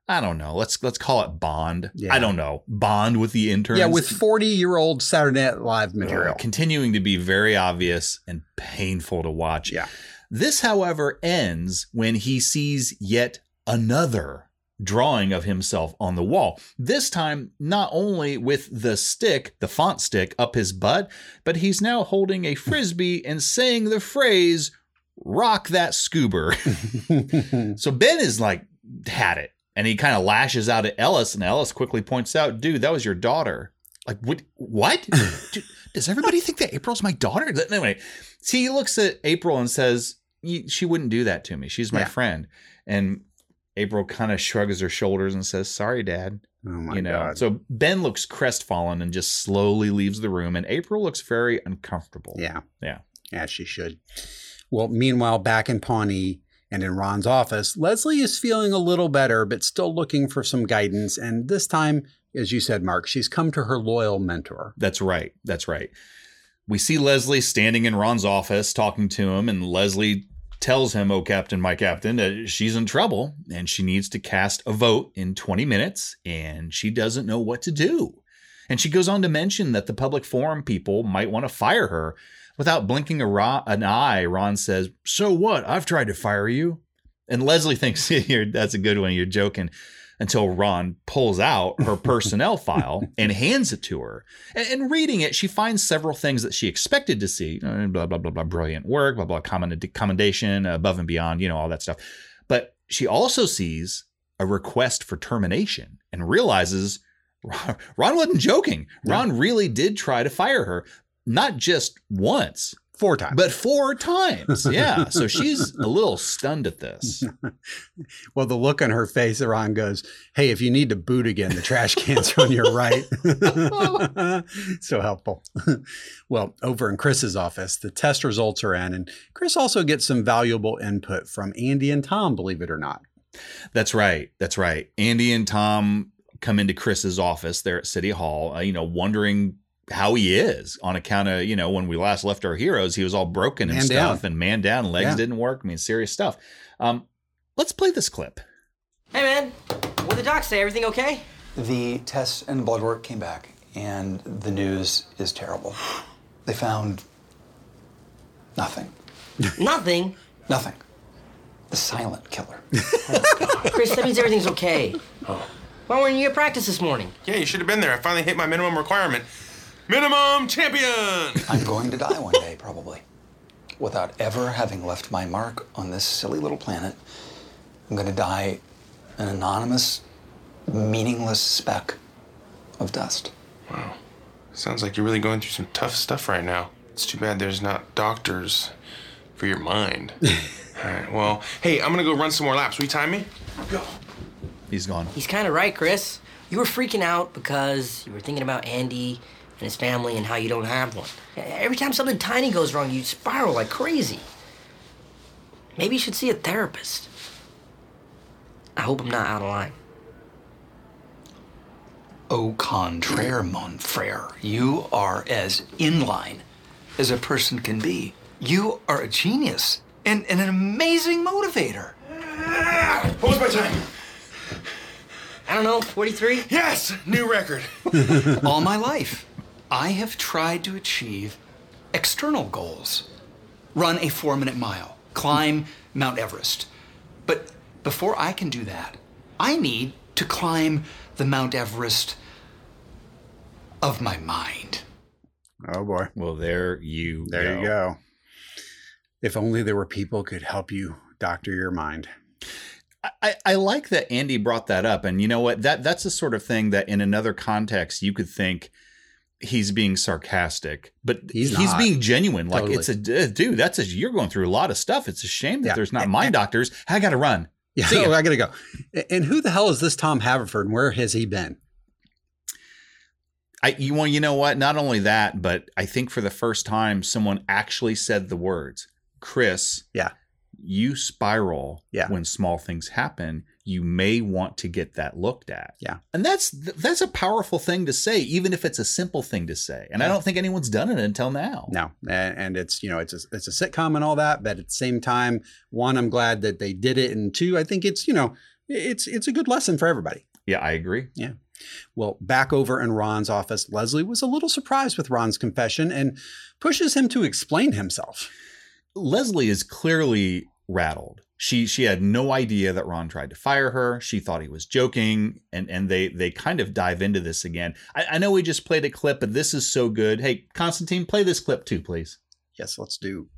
I don't know. Let's let's call it bond. Yeah. I don't know bond with the interns. Yeah, with 40 year old Saturday Night Live Uh, material. continuing to be very obvious and painful to watch. Yeah. This, however, ends when he sees yet another drawing of himself on the wall. This time, not only with the stick, the font stick, up his butt, but he's now holding a frisbee and saying the phrase, rock that scuba. so Ben is like, had it. And he kind of lashes out at Ellis, and Ellis quickly points out, dude, that was your daughter. Like, what? What? Dude, does everybody think that April's my daughter? Anyway, see, he looks at April and says, "Y- she wouldn't do that to me. She's my Yeah. friend. And April kind of shrugs her shoulders and says, sorry, dad. oh my you know, God. so Ben looks crestfallen and just slowly leaves the room, and April looks very uncomfortable. Yeah. Yeah. Yeah, she should. Well, meanwhile, back in Pawnee and in Ron's office, Leslie is feeling a little better, but still looking for some guidance. And this time, as you said, Mark, she's come to her loyal mentor. That's right. That's right. We see Leslie standing in Ron's office talking to him, and Leslie tells him, Oh, Captain, my Captain, that she's in trouble and she needs to cast a vote in 20 minutes, and she doesn't know what to do. And she goes on to mention that the public forum people might want to fire her. Without blinking a ro- an eye, Ron says, So what? I've tried to fire you. And Leslie thinks, "You're- That's a good one. You're joking. Until Ron pulls out her personnel file and hands it to her. And, and reading it, she finds several things that she expected to see. uh, Blah blah blah blah. Brilliant work. Blah blah. Commend- commendation above and beyond. You know all that stuff. But she also sees a request for termination and realizes Ron, Ron wasn't joking. Ron really did try to fire her, not just once, Four times. but four times. Yeah. so she's a little stunned at this. well, the look on her face, Ron goes, Hey, if you need to boot again, the trash cans are on your right. so helpful. well, over in Chris's office, the test results are in, and Chris also gets some valuable input from Andy and Tom, believe it or not. That's right. That's right. Andy and Tom come into Chris's office there at City Hall, uh, you know, wondering how he is on account of, you know, when we last left our heroes, he was all broken and Man stuff and man down, legs Yeah. didn't work. I mean, serious stuff. Um, let's play this clip. Hey, man. What did the doc say? Everything okay? The tests and blood work came back, and the news is terrible. They found nothing. Nothing? Nothing. The silent killer. Chris, that means everything's okay. Why weren't you at practice this morning? Yeah, you should have been there. I finally hit my minimum requirement. Minimum champion! I'm going to die one day, probably. Without ever having left my mark on this silly little planet, I'm going to die an anonymous, meaningless speck of dust. Wow. Sounds like you're really going through some tough stuff right now. It's too bad there's not doctors for your mind. All right, well, hey, I'm gonna go run some more laps. Will you time me? Go. He's gone. He's kind of right, Chris. You were freaking out because you were thinking about Andy and his family and how you don't have one. Every time something tiny goes wrong, you spiral like crazy. Maybe you should see a therapist. I hope I'm not out of line. Au contraire, mon frere. You are as inline as a person can be. You are a genius and, and an amazing motivator. What was my time? I don't know, 43? Yes! New record. All my life, I have tried to achieve external goals run a four minute mile, climb Mount Everest. But before I can do that, I need to climb the Mount Everest of my mind. Oh boy. Well, there you there you go. If only there were people could help you doctor your mind. I, I like that Andy brought that up. And you know what? That that's the sort of thing that in another context you could think he's being sarcastic, but He's he's, not. being genuine. Like Totally. it's a d- dude, that's a you're going through a lot of stuff. It's a shame that Yeah. there's not mind doctors. I gotta run. Yeah, See ya. I gotta go. A- And who the hell is this Tom Haverford? And where has he been? I you want you know what? Not only that, but I think for the first time someone actually said the words, Chris. Yeah. You spiral Yeah. when small things happen. You may want to get that looked at. Yeah. And that's th- that's a powerful thing to say, even if it's a simple thing to say. And I Yeah. don't think anyone's done it until now. No, and, and it's you know it's a, it's a sitcom and all that, but at the same time, one, I'm glad that they did it, and two, I think it's you know it's it's a good lesson for everybody. Yeah, I agree. Yeah. Well, back over in Ron's office, Leslie was a little surprised with Ron's confession and pushes him to explain himself. Leslie is clearly rattled. She she had no idea that Ron tried to fire her. She thought he was joking, and and they they kind of dive into this again. I, I know we just played a clip, but this is so good. Hey, Constantine, play this clip too, please. Yes, let's do.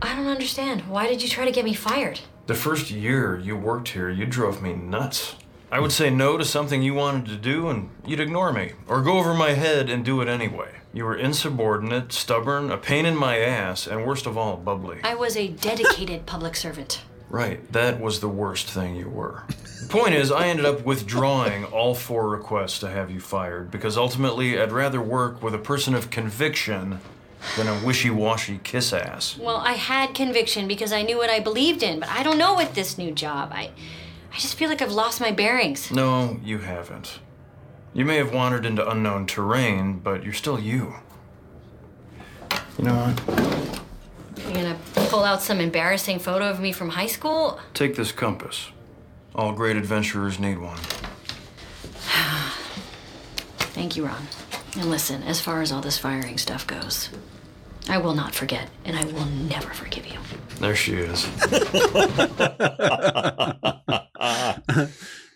I don't understand. Why did you try to get me fired? The first year you worked here, you drove me nuts. I would say no to something you wanted to do, and you'd ignore me, or go over my head and do it anyway. You were insubordinate, stubborn, a pain in my ass, and worst of all, bubbly. I was a dedicated public servant. Right, that was the worst thing you were. The point is, I ended up withdrawing all four requests to have you fired because ultimately I'd rather work with a person of conviction than a wishy washy kiss ass. Well, I had conviction because I knew what I believed in, but I don't know with this new job. I I just feel like I've lost my bearings. No, you haven't. You may have wandered into unknown terrain, but you're still you. You know what? You're gonna pull out some embarrassing photo of me from high school? Take this compass. All great adventurers need one. Thank you, Ron. And listen, as far as all this firing stuff goes, I will not forget, and I will never forgive you. There she is.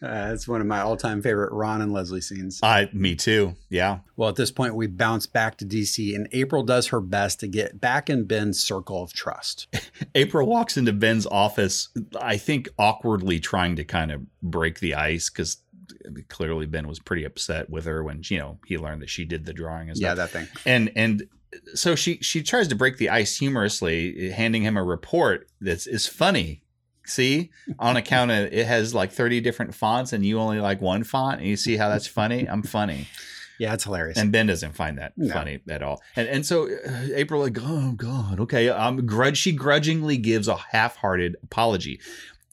Uh, that's one of my all-time favorite Ron and Leslie scenes. I me too. Yeah. Well, at this point, we bounce back to DC, and April does her best to get back in Ben's circle of trust. April walks into Ben's office, I think awkwardly trying to kind of break the ice because clearly Ben was pretty upset with her when, you know, Oh, he learned that she did the drawing and stuff. yeah, that thing. and and so she she tries to break the ice humorously handing him a report that's is funny see on account of it has like 30 different fonts and you only like one font and you see how that's funny i'm funny Yeah, it's hilarious. and ben doesn't find that No. funny at all and and so uh, april like oh god okay i'm grudge she grudgingly gives a half-hearted apology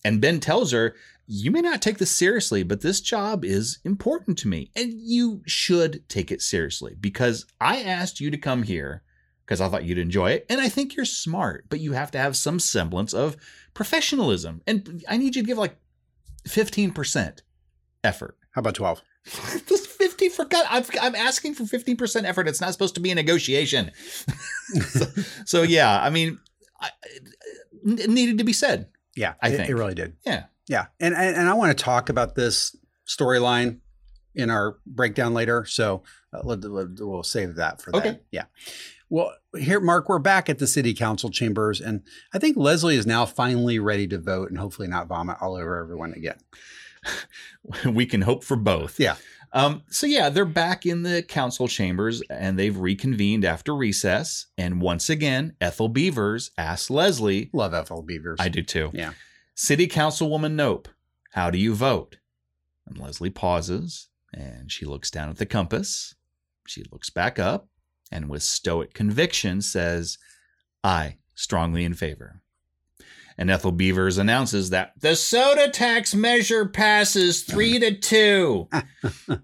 and ben tells her you may not take this seriously, but this job is important to me. And you should take it seriously because I asked you to come here because I thought you'd enjoy it. And I think you're smart, but you have to have some semblance of professionalism. And I need you to give like 15% effort. How about twelve? This fifty for God, I've, I'm asking for fifteen percent effort. It's not supposed to be a negotiation. so, so yeah, I mean, I, it needed to be said. Yeah, I it- think it really did. Yeah, Yeah, and and, and I want to talk about this storyline in our breakdown later. So uh, let, let- we'll save that for that. Okay. Yeah. Well, here, Mark, we're back at the city council chambers, and I think Leslie is now finally ready to vote and hopefully not vomit all over everyone again. we can hope for both. Yeah. Um, so yeah, they're back in the council chambers and they've reconvened after recess. And once again, Ethel Beavers asks Leslie. Love Ethel Beavers. I do too. Yeah. City Councilwoman Nope, how do you vote? And Leslie pauses and she looks down at the compass. She looks back up and with stoic conviction says, I strongly in favor. And Ethel Beavers announces that the soda tax measure passes three to two. I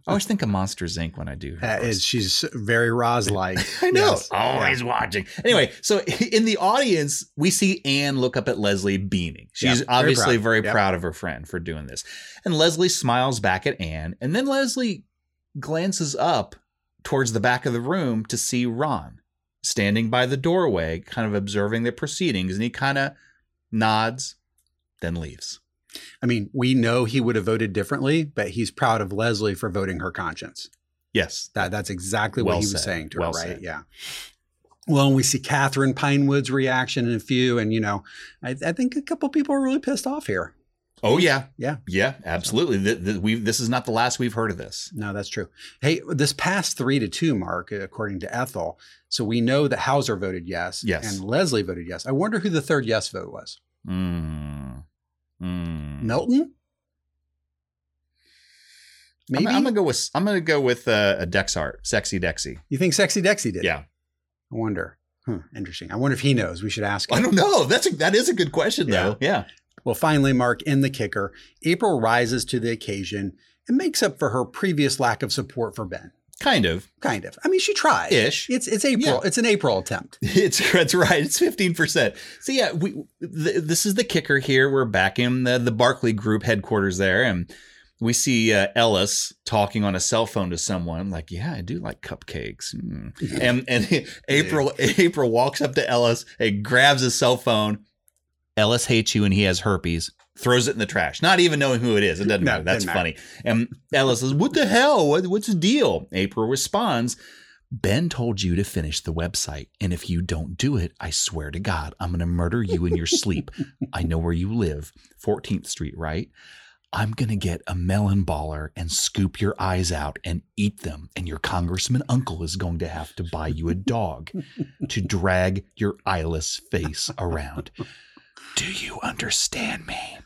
always think of Monsters Inc. when I do. That is, she's very Roz like. I know. Always Always watching. Anyway, so in the audience, we see Anne look up at Leslie beaming. She's Yep, very obviously proud. very, Yep. proud of her friend for doing this. And Leslie smiles back at Anne. And then Leslie glances up towards the back of the room to see Ron standing by the doorway, kind of observing the proceedings. And he kind of nods, then leaves. I mean, we know he would have voted differently, but he's proud of Leslie for voting her conscience. Yes. That that's exactly Well what he was said. saying to Well her, right? said. Yeah. Well, and we see Catherine Pinewood's reaction in a few, and you know, I, I think a couple people are really pissed off here. Oh, yeah. Yeah. Yeah, absolutely. Th- th- we've, this is not the last we've heard of this. No, that's true. Hey, this past three to two mark, according to Ethel, so we know that Hauser voted yes, Yes. and Leslie voted yes. I wonder who the third yes vote was. Mm. Mm. Milton? I'm- Maybe I'm, gonna go with I'm gonna go with uh, a Dexart, sexy Dexy. you think Sexy Dexy did? Yeah, I wonder. Hmm, interesting. I wonder if he knows. We should ask. I him. don't know. That's a, that is a good question though. Yeah, Well, finally, Mark, in the kicker, April rises to the occasion and makes up for her previous lack of support for Ben. kind of Kind of. I mean, she tried. ish. It's it's April. It's an April attempt. It's that's right. It's fifteen percent. So yeah, we th- this is the kicker here. We're back in the the Barclay Group headquarters there, and we see uh, Ellis talking on a cell phone to someone. I'm like, yeah, I do like cupcakes. Mm. and and April April walks up to Ellis and grabs his cell phone. Ellis hates you, and he has herpes. Throws it in the trash, not even knowing who it is. It doesn't No, matter. That's doesn't funny. matter. And Ellis says, "What the hell? What, what's the deal?" April responds, Ben told you to finish the website, and if you don't do it, I swear to God, I'm going to murder you in your sleep. I know where you live, 14th Street, right? I'm going to get a melon baller and scoop your eyes out and eat them, and your congressman uncle is going to have to buy you a dog to drag your eyeless face around. Do you understand me?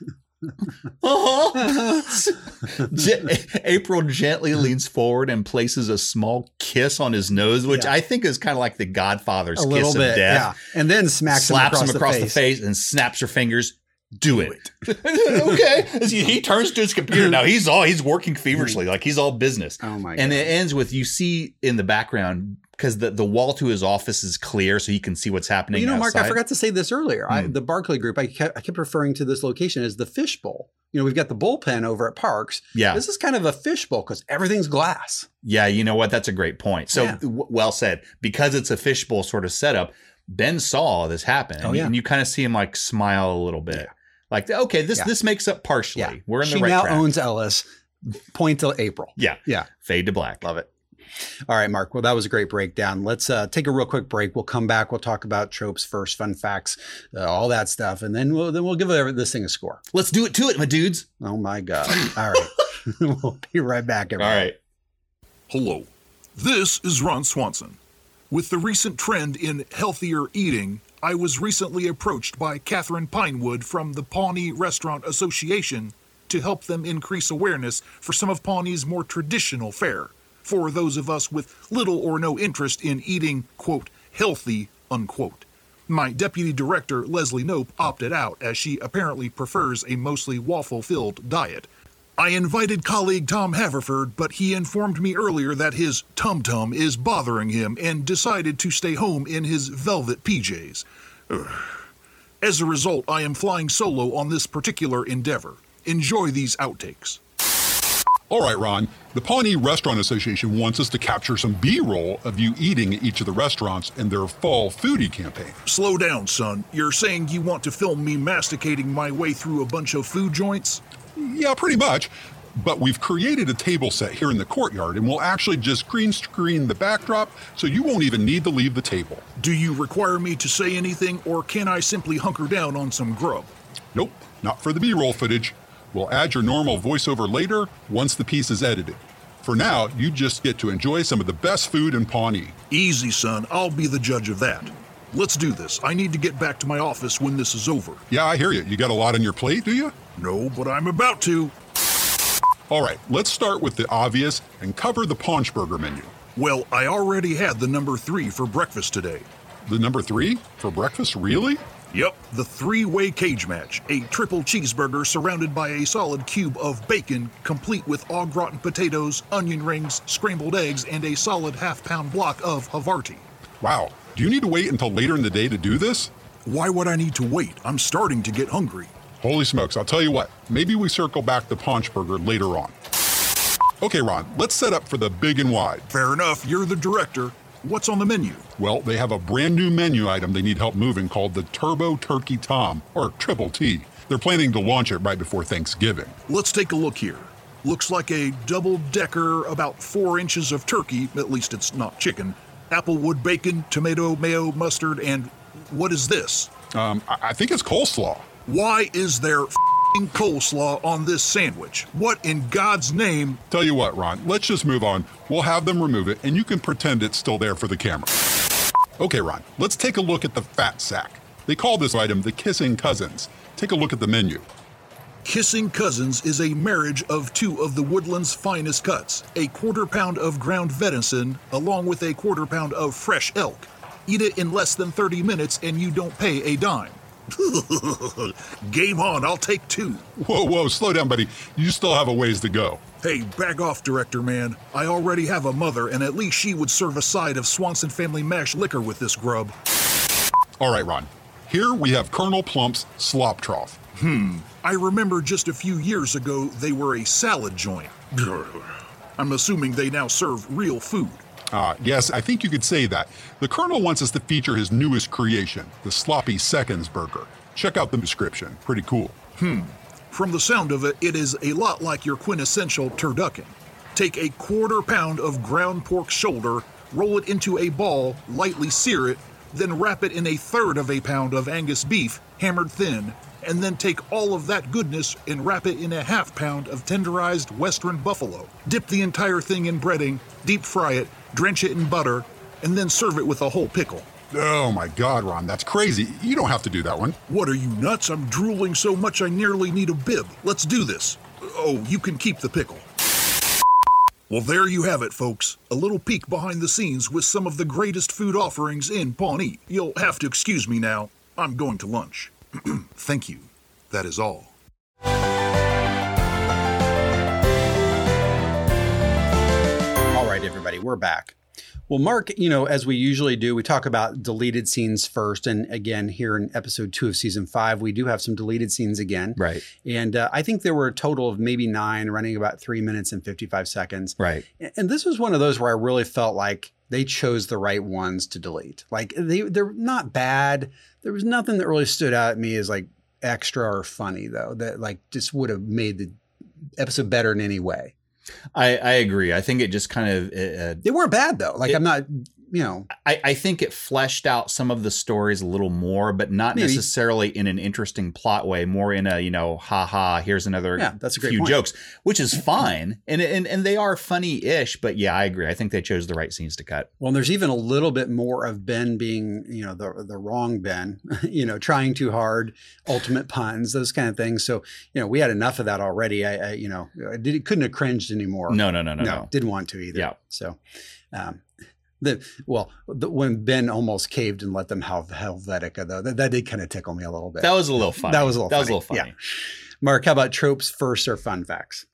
Uh-huh. Ge- April gently Mm-hmm. leans forward and places a small kiss on his nose, which Yeah. I think is kind of like the Godfather's A kiss little of bit. Yeah. death. And then smacks Slaps him across, the, the, face. face. and snaps her fingers. Do it. okay. He- He turns to his computer now. He's all he's working feverishly, like he's all business. Mm. Oh my And god. it ends with you see in the background because the, the wall to his office is clear, so you can see what's happening. you know, Mark, I outside. Hmm. forgot to say this earlier. I, the Barclay Group, I kept, I kept referring to this location as the fishbowl. You know, we've got the bullpen over at Parks. Yeah. This is kind of a fishbowl because everything's glass. Yeah, you know what? That's a great point. So Yeah. w- well said. Because it's a fishbowl sort of setup, Ben saw this happen. Oh, and- yeah. And you kind of see him like smile a little bit. Like, okay, this Yeah. this makes up partially. Yeah. We're in the she right now track. owns Ellis. Point till April. yeah. Yeah. Fade to black. Love it. All right, Mark. Well, that was a great breakdown. Let's uh, take a real quick break. We'll come back. We'll talk about tropes first, fun facts, uh, all that stuff, and then we'll then we'll give this thing a score. Let's do it to it, my dudes. Oh my god! All right, we'll be right back. Everybody. right. Hello. This is Ron Swanson. With the recent trend in healthier eating, I was recently approached by Catherine Pinewood from the Pawnee Restaurant Association to help them increase awareness for some of Pawnee's more traditional fare, for those of us with little or no interest in eating, quote, healthy, unquote. My deputy director, Leslie Nope, opted out as she apparently prefers a mostly waffle filled diet. I invited colleague Tom Haverford, but he informed me earlier that his tum tum is bothering him and decided to stay home in his velvet PJs. Ugh. As a result, I am flying solo on this particular endeavor. Enjoy these outtakes. All right, Ron. The Pawnee Restaurant Association wants us to capture some B-roll of you eating at each of the restaurants in their fall foodie campaign. Slow down, son. You're saying you want to film me masticating my way through a bunch of food joints? Yeah, pretty much. But we've created a table set here in the courtyard, and we'll actually just green screen the backdrop so you won't even need to leave the table. Do you require me to say anything, or can I simply hunker down on some grub? Nope, not for the B roll footage. We'll add your normal voiceover later once the piece is edited. For now, you just get to enjoy some of the best food in Pawnee. Easy, son. I'll be the judge of that. Let's do this. I need to get back to my office when this is over. Yeah, I hear you. You got a lot on your plate, do you? No, but I'm about to. All right, let's start with the obvious and cover the paunch burger menu. Well, I already had the number three for breakfast today. The number three for breakfast? Really? Yep, the three way cage match. A triple cheeseburger surrounded by a solid cube of bacon, complete with au gratin potatoes, onion rings, scrambled eggs, and a solid half pound block of Havarti. Wow, do you need to wait until later in the day to do this? Why would I need to wait? I'm starting to get hungry. Holy smokes, I'll tell you what, maybe we circle back to paunch burger later on. Okay, Ron, let's set up for the big and wide. Fair enough, you're the director. What's on the menu? Well, they have a brand new menu item they need help moving called the Turbo Turkey Tom, or Triple T. They're planning to launch it right before Thanksgiving. Let's take a look here. Looks like a double decker, about four inches of turkey, at least it's not chicken, applewood bacon, tomato, mayo, mustard, and what is this? Um, I I think it's coleslaw. Why is there f***ing coleslaw on this sandwich? What in God's name? Tell you what, Ron, let's just move on. We'll have them remove it, and you can pretend it's still there for the camera. Okay, Ron, let's take a look at the fat sack. They call this item the Kissing Cousins. Take a look at the menu. Kissing Cousins is a marriage of two of the woodland's finest cuts a quarter pound of ground venison, along with a quarter pound of fresh elk. Eat it in less than 30 minutes and you don't pay a dime. Game on, I'll take two. Whoa, whoa, slow down, buddy. You still have a ways to go. Hey, back off, director man. I already have a mother, and at least she would serve a side of Swanson family mash liquor with this grub. All right, Ron. Here we have Colonel Plump's slop trough. Hmm. I remember just a few years ago they were a salad joint. I'm assuming they now serve real food. Ah, yes, I think you could say that. The Colonel wants us to feature his newest creation, the Sloppy Seconds Burger. Check out the description. Pretty cool. Hmm. From the sound of it, it is a lot like your quintessential turducken. Take a quarter pound of ground pork shoulder, roll it into a ball, lightly sear it, then wrap it in a third of a pound of Angus beef, hammered thin, and then take all of that goodness and wrap it in a half pound of tenderized Western buffalo. Dip the entire thing in breading, deep fry it, drench it in butter, and then serve it with a whole pickle. Oh my God, Ron, that's crazy. You don't have to do that one. What are you nuts? I'm drooling so much I nearly need a bib. Let's do this. Oh, you can keep the pickle. Well, there you have it, folks. A little peek behind the scenes with some of the greatest food offerings in Pawnee. You'll have to excuse me now. I'm going to lunch. Thank you. That is all. All right, everybody, we're back. Well, Mark, you know, as we usually do, we talk about deleted scenes first. And again, here in episode two of season five, we do have some deleted scenes again. Right. And uh, I think there were a total of maybe nine, running about three minutes and 55 seconds. Right. And- And this was one of those where I really felt like they chose the right ones to delete. Like they, they're not bad. There was nothing that really stood out at me as like extra or funny, though, that like just would have made the episode better in any way. I, I agree. I think it just kind of uh, They weren't bad, though. Like I'm not, you know, I, I think it fleshed out some of the stories a little more, but not Maybe. necessarily in an interesting plot way, more in a, you know, ha ha, here's another Yeah, that's a great few point. jokes, which is fine. And, and and they are funny-ish, but yeah, I agree. I think they chose the right scenes to cut. Well, and there's even a little bit more of Ben being, you know, the the wrong Ben, you know, trying too hard, ultimate puns, those kind of things. So, you know, we had enough of that already. I, I you know, I did, couldn't have cringed anymore. No, no, no, no, no. didn't want to either. Yeah. So, um, the well, the, when Ben almost caved and let them have Helvetica, though, that, that did kind of tickle me a little bit. That was a little funny. That was a little. That funny. was a little funny. Yeah. Mark, how about tropes first or fun facts?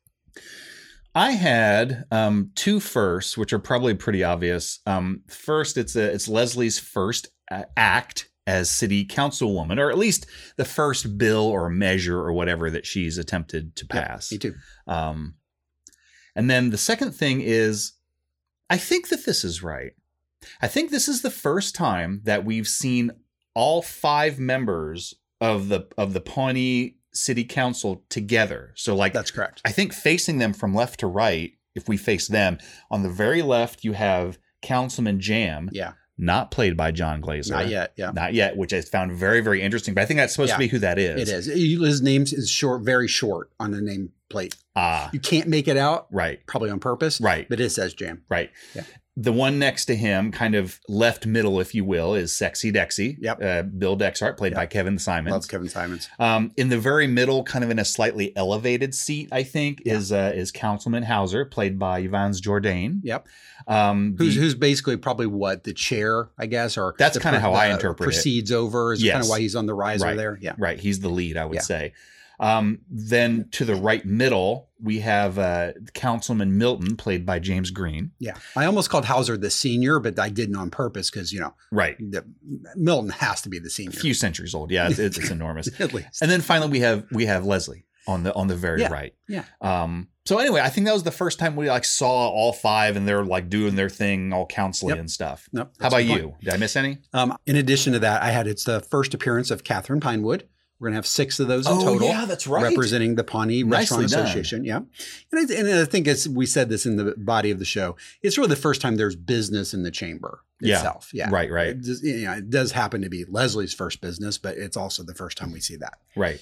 I had um, two firsts, which are probably pretty obvious. Um, first, it's a, it's Leslie's first uh, act as city councilwoman, or at least the first bill or measure or whatever that she's attempted to pass. Me too. Um, And then the second thing is, I think that this is right. I think this is the first time that we've seen all five members of the of the Pawnee City Council together. So like that's correct. I think facing them from left to right, if we face them, on the very left you have Councilman Jam. Yeah. Not played by John Glazer. Not yet, yeah. Not yet, which I found very, very interesting. But I think that's supposed to be Yeah. who that is. It is. He- His name is short, very short on the name plate. Ah. You can't make it out. Right. Probably on purpose. Right. But it says jam. Right. The one next to him, kind of left middle, if you will, is Sexy Dexy. Yep. Uh, Bill Dexart, played by Kevin Simons. Love Kevin Simons. Um, in the very middle, kind of in a slightly elevated seat, I think, is uh, is Councilman Hauser, played by Yvonne's Jourdain. Yep. Um, Who's, the- who's basically probably what the chair, I guess, or That's the kinda pre- how I the interpret it. Proceeds over is kind Yes. of why he's on the riser right, there. Yeah, Right. He's the lead, I would Yeah. say. Um, then to the right middle, we have uh, Councilman Milton, played by James Green. yeah. I almost called Hauser the senior, but I didn't on purpose because you know, Right. the, Milton has to be the senior. A few centuries old. Yeah, it's, it's, it's enormous. And then finally, we have we have Leslie on the on the very Yeah. right. Yeah. Um, so anyway, I think that was the first time we like saw all five and they're like doing their thing, all counseling Yep. and stuff. Nope, How that's a about good you? Did I miss any? Um, in addition to that, I had it's the first appearance of Catherine Pinewood. We're gonna have six of those in Oh, total. yeah, that's right. Representing the Pawnee Nicely Restaurant done. Association. Yeah, and I, and I think as we said this in the body of the show, it's really the first time there's business in the chamber Yeah. itself. Yeah, Right, right. It, does, you know, it does happen to be Leslie's first business, but it's also the first time we see that. Right.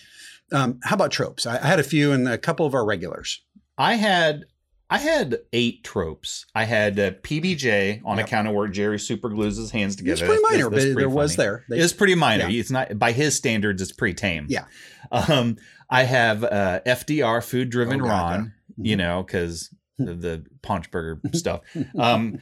Um, how about tropes? I, I had a few and a couple of our regulars. I had I had eight tropes. I had uh, PBJ on account of where Jerry super glues his hands together. It's pretty That's- minor, that's- that's but pretty there was funny. there. They- it was pretty minor. Yeah. It's not by his standards. It's pretty tame. Yeah. Um, I have uh, FDR food driven Oh, God, Ron. You know, because the, the paunch burger stuff. Um,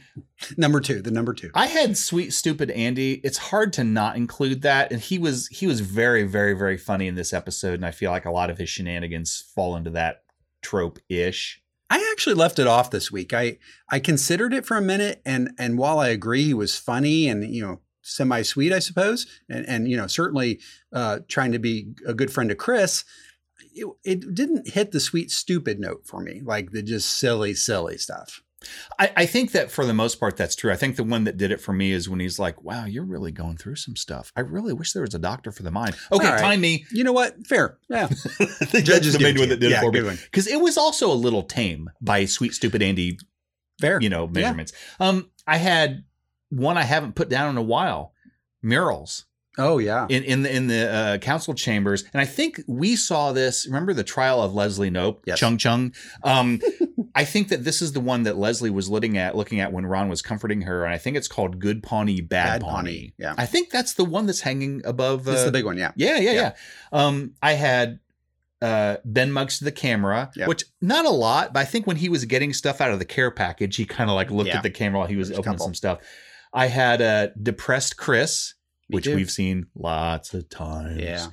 number two, the number two. I had sweet stupid Andy. It's hard to not include that, and he was he was very very very funny in this episode, and I feel like a lot of his shenanigans fall into that trope ish. I actually left it off this week. I I considered it for a minute, and and while I agree he was funny and you know semi sweet, I suppose, and and you know certainly uh, trying to be a good friend to Chris, it, it didn't hit the sweet stupid note for me, like the just silly silly stuff. I, I think that for the most part, that's true. I think the one that did it for me is when he's like, wow, you're really going through some stuff. I really wish there was a doctor for the mind. Okay, All right. time me. You know what? Fair. Yeah. The judge is the give main it one that to you. did Yeah, it for good me. one. Because it was also a little tame by Sweet Stupid Andy, Fair. you know, measurements. Um, I had one I haven't put down in a while, murals. Oh yeah. In in the in the uh, council chambers, and I think we saw this. Remember the trial of Leslie Nope, Chung Chung. Um, I think that this is the one that Leslie was looking at, looking at when Ron was comforting her, and I think it's called Good Pawnee, Bad, Bad Pawnee. Pawnee, yeah. I think that's the one that's hanging above. uh, That's the big one, yeah. yeah, yeah, yeah. Um, I had uh, Ben Muggs to the camera, Yeah. which not a lot, but I think when he was getting stuff out of the care package, he kind of like looked Yeah. at the camera while he was There's a opening couple. some stuff. I had uh, depressed Chris, Me which too. we've seen lots of times. Yeah.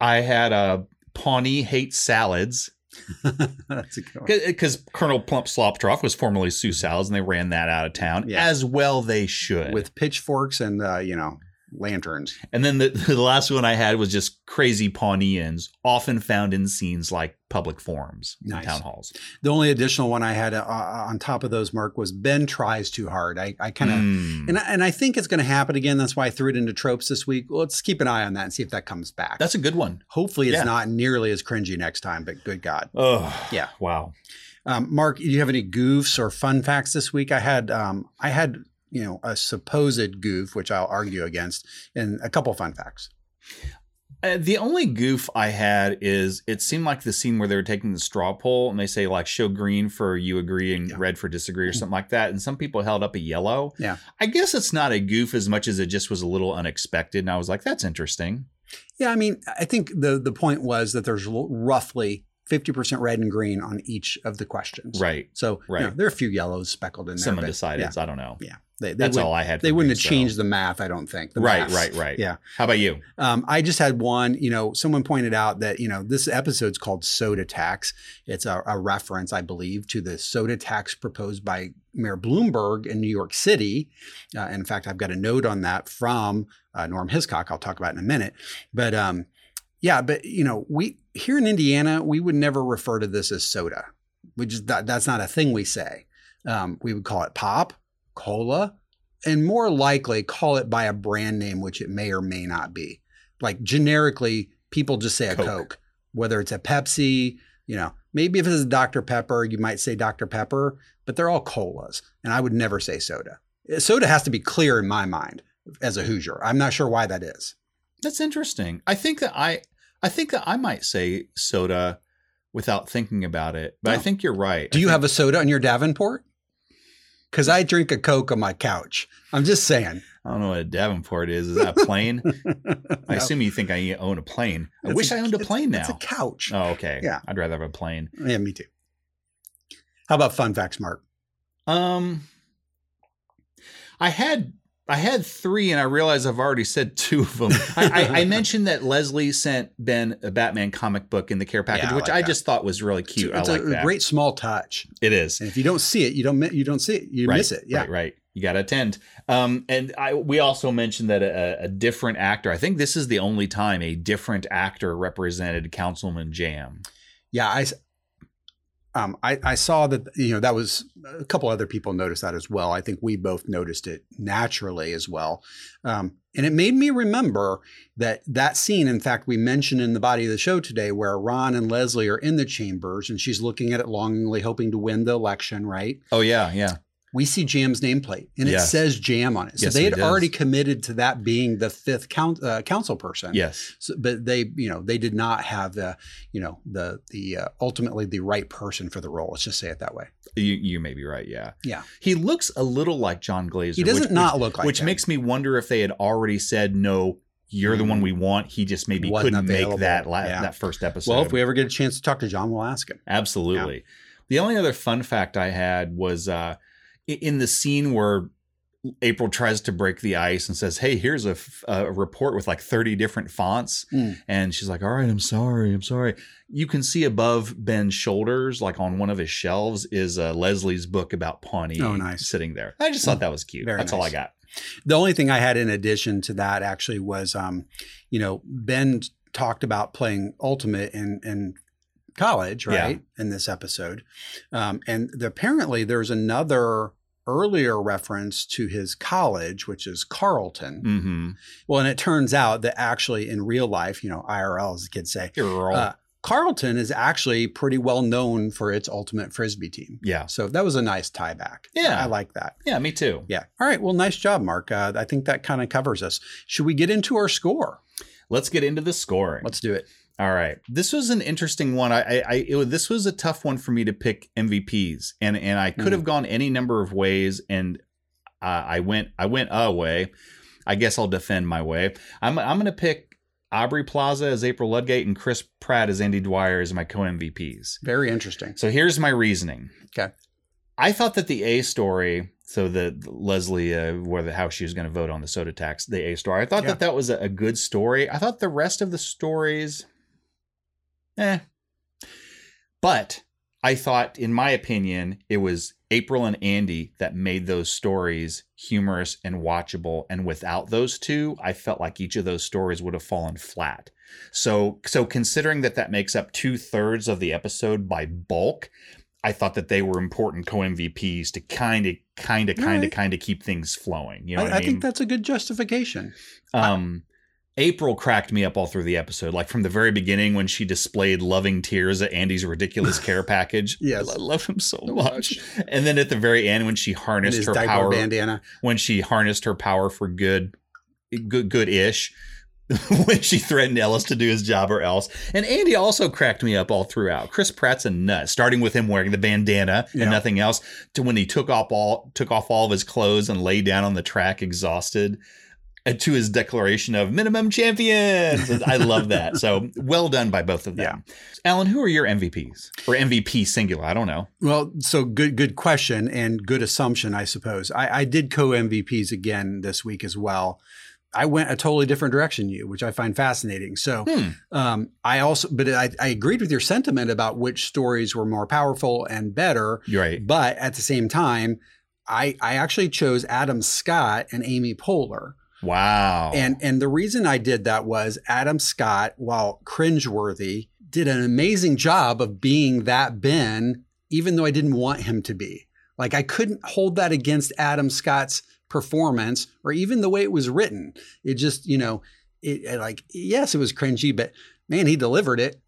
I had uh, Pawnee hates salads. That's a good one. Because Colonel Plump Sloptroff was formerly Sioux Sal's, and they ran that out of town, as well they should. With pitchforks and uh, you know lanterns. and then the, the last one I had was just crazy Pawneeans, often found in scenes like public forums, and Nice. town halls. The only additional one I had uh, uh, on top of those, Mark, was Ben tries too hard. I, I kind of, Mm. and I, and I think it's going to happen again. That's why I threw it into tropes this week. Let's keep an eye on that and see if that comes back. That's a good one. Hopefully, it's Yeah. not nearly as cringy next time. But good God, Oh, yeah, wow. Um, Mark, do you have any goofs or fun facts this week? I had, um, I had, you know, a supposed goof, which I'll argue against, and a couple fun facts. Uh, the only goof I had is it seemed like the scene where they were taking the straw poll and they say like show green for you agree and red for disagree or something like that, and some people held up a yellow. Yeah. I guess it's not a goof as much as it just was a little unexpected, and I was like, that's interesting. Yeah, I mean, I think the the point was that there's l- roughly 50% red and green on each of the questions. Right. So you Right. know, there are a few yellows speckled in there. Some but undecideds. yeah. I don't know. Yeah. They, they That's would- all I had. They for wouldn't goof, have so- changed the math, I don't think. the Right, math. right, right. Yeah. How about you? Um, I just had one, you know, someone pointed out that, you know, this episode's called Soda Tax. It's a, a reference, I believe, to the soda tax proposed by Mayor Bloomberg in New York City. Uh, and in fact, I've got a note on that from uh, Norm Hiscock, I'll talk about in a minute. But um, yeah, but, you know, we here in Indiana, we would never refer to this as soda. We just that, that's not a thing we say. Um, we would call it pop, cola, and more likely call it by a brand name, which it may or may not be. Like generically, people just say a Coke, whether it's a Pepsi, you know, maybe if it's a Dr. Pepper, you might say Dr. Pepper, but they're all colas. And I would never say soda. Soda has to be clear in my mind as a Hoosier. I'm not sure why that is. That's interesting. I think that I I think that I might say soda without thinking about it, but I think you're right. Do you have a soda on your Davenport? Because I drink a Coke on my couch. I'm just saying. I don't know what a Davenport is. Is that a plane? I assume you think I own a plane. I It's wish a- I owned a plane now. it's a couch. Oh, okay. Yeah. I'd rather have a plane. Yeah, me too. How about fun facts, Mark? Um, I had I had three, and I realize I've already said two of them. I, I, I mentioned that Leslie sent Ben a Batman comic book in the care package, Yeah, I which like I that. just thought was really cute. It's I a like that. great small touch. It is. And if you don't see it, you don't mi- you don't see it. You right, miss it. Yeah. Right, right. You got to attend. Um, and I we also mentioned that a, a different actor. I think this is the only time a different actor represented Councilman Jam. Yeah, I, s- um, I, I saw that, you know, that was a couple other people noticed that as well. I think we both noticed it naturally as well. Um, and it made me remember that that scene, in fact, we mentioned in the body of the show today where Ron and Leslie are in the chambers and she's looking at it longingly, hoping to win the election, right? Oh yeah, yeah. We see Jam's nameplate and Yes. it says Jam on it. So Yes, they it had does. already committed to that being the fifth count, uh, council person. Yes. So, but they, you know, they did not have the, you know, the the uh, ultimately the right person for the role. Let's just say it that way. You you may be right. Yeah. Yeah. He looks a little like John Glazer. He doesn't which, not which- look like Which him. makes me wonder if they had already said no. You're the one we want. He just maybe Mm. Wasn't couldn't available. make that la- Yeah. that first episode. Well, if we ever get a chance to talk to John, we'll ask him. Absolutely. The only other fun fact I had was uh, i- in the scene where April tries to break the ice and says, "Hey, here's a, f- a report with like 30 different fonts," Mm. and she's like, "All right, I'm sorry, I'm sorry." You can see above Ben's shoulders, like on one of his shelves, is uh, Leslie's book about Pawnee. Oh, nice. sitting there. I just thought that was cute. Very That's all I nice. got. The only thing I had in addition to that actually was, um, you know, Ben talked about playing ultimate in in college, Yeah. right? In this episode, um, and the, apparently there's another earlier reference to his college, which is Carleton. Mm-hmm. Well, and it turns out that actually in real life, you know, IRL as the kids say, uh, Carlton is actually pretty well known for its ultimate frisbee team. Yeah. So that was a nice tie back. Yeah. I like that. Yeah, me too. Yeah. All right. Well, nice job, Mark. Uh, I think that kind of covers us. Should we get into our score? Let's get into the scoring. Let's do it. All right. This was an interesting one. I, I, I it, was- this was a tough one for me to pick MVPs, and and I could Hmm. have gone any number of ways, and uh, I went, I went a way. I guess I'll defend my way. I'm, I'm gonna pick Aubrey Plaza as April Ludgate and Chris Pratt as Andy Dwyer as my co MVPs. Very interesting. So here's my reasoning. Okay. I thought that the A story, so the the Leslie, uh, whether how she was going to vote on the soda tax, the A story. I thought Yeah. that that was a, a good story. I thought the rest of the stories, eh. But I thought, in my opinion, it was April and Andy that made those stories humorous and watchable. And without those two, I felt like each of those stories would have fallen flat. So, so considering that that makes up two thirds of the episode by bulk, I thought that they were important co MVPs to kind of, kind of, kind of, Alright. kind of keep things flowing. You know, I, what I mean? think that's a good justification. Um, April cracked me up all through the episode, like from the very beginning when she displayed loving tears at Andy's ridiculous care package. Yes. I love him so much. And then at the very end when she harnessed his her diaper power bandana. when she harnessed her power for good, good, good ish. when she threatened Ellis to do his job or else. And Andy also cracked me up all throughout. Chris Pratt's a nut, starting with him wearing the bandana Yeah. and nothing else, to when he took off all took off all of his clothes and lay down on the track exhausted. And to his declaration of minimum champions. And I love that. So well done by both of them. Alan, who are your MVPs? Or MVP singular. I don't know. Well, so good, good question and good assumption, I suppose. I, I did co MVPs again this week as well. I went a totally different direction than you, which I find fascinating. So, Hmm. um, I also, but I, I agreed with your sentiment about which stories were more powerful and better. You're right. But at the same time, I, I actually chose Adam Scott and Amy Poehler. Wow. And and the reason I did that was Adam Scott, while cringeworthy, did an amazing job of being that Ben even though I didn't want him to be. Like I couldn't hold that against Adam Scott's performance or even the way it was written. It just, you know, it, it, like yes, it was cringy, but man, he delivered it.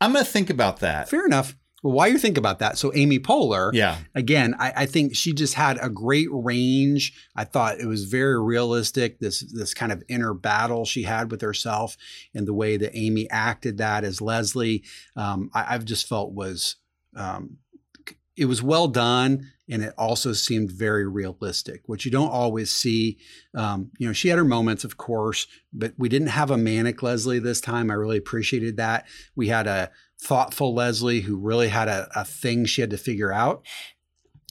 I'm gonna think about that. Fair enough. Well, while you think about that, so Amy Poehler, Yeah. again, I, I think she just had a great range. I thought it was very realistic. This this kind of inner battle she had with herself, and the way that Amy acted that as Leslie, um, I, I've just felt was um, it was well done, and it also seemed very realistic, which you don't always see. Um, you know, she had her moments, of course, but we didn't have a manic Leslie this time. I really appreciated that. We had a thoughtful Leslie who really had a, a thing she had to figure out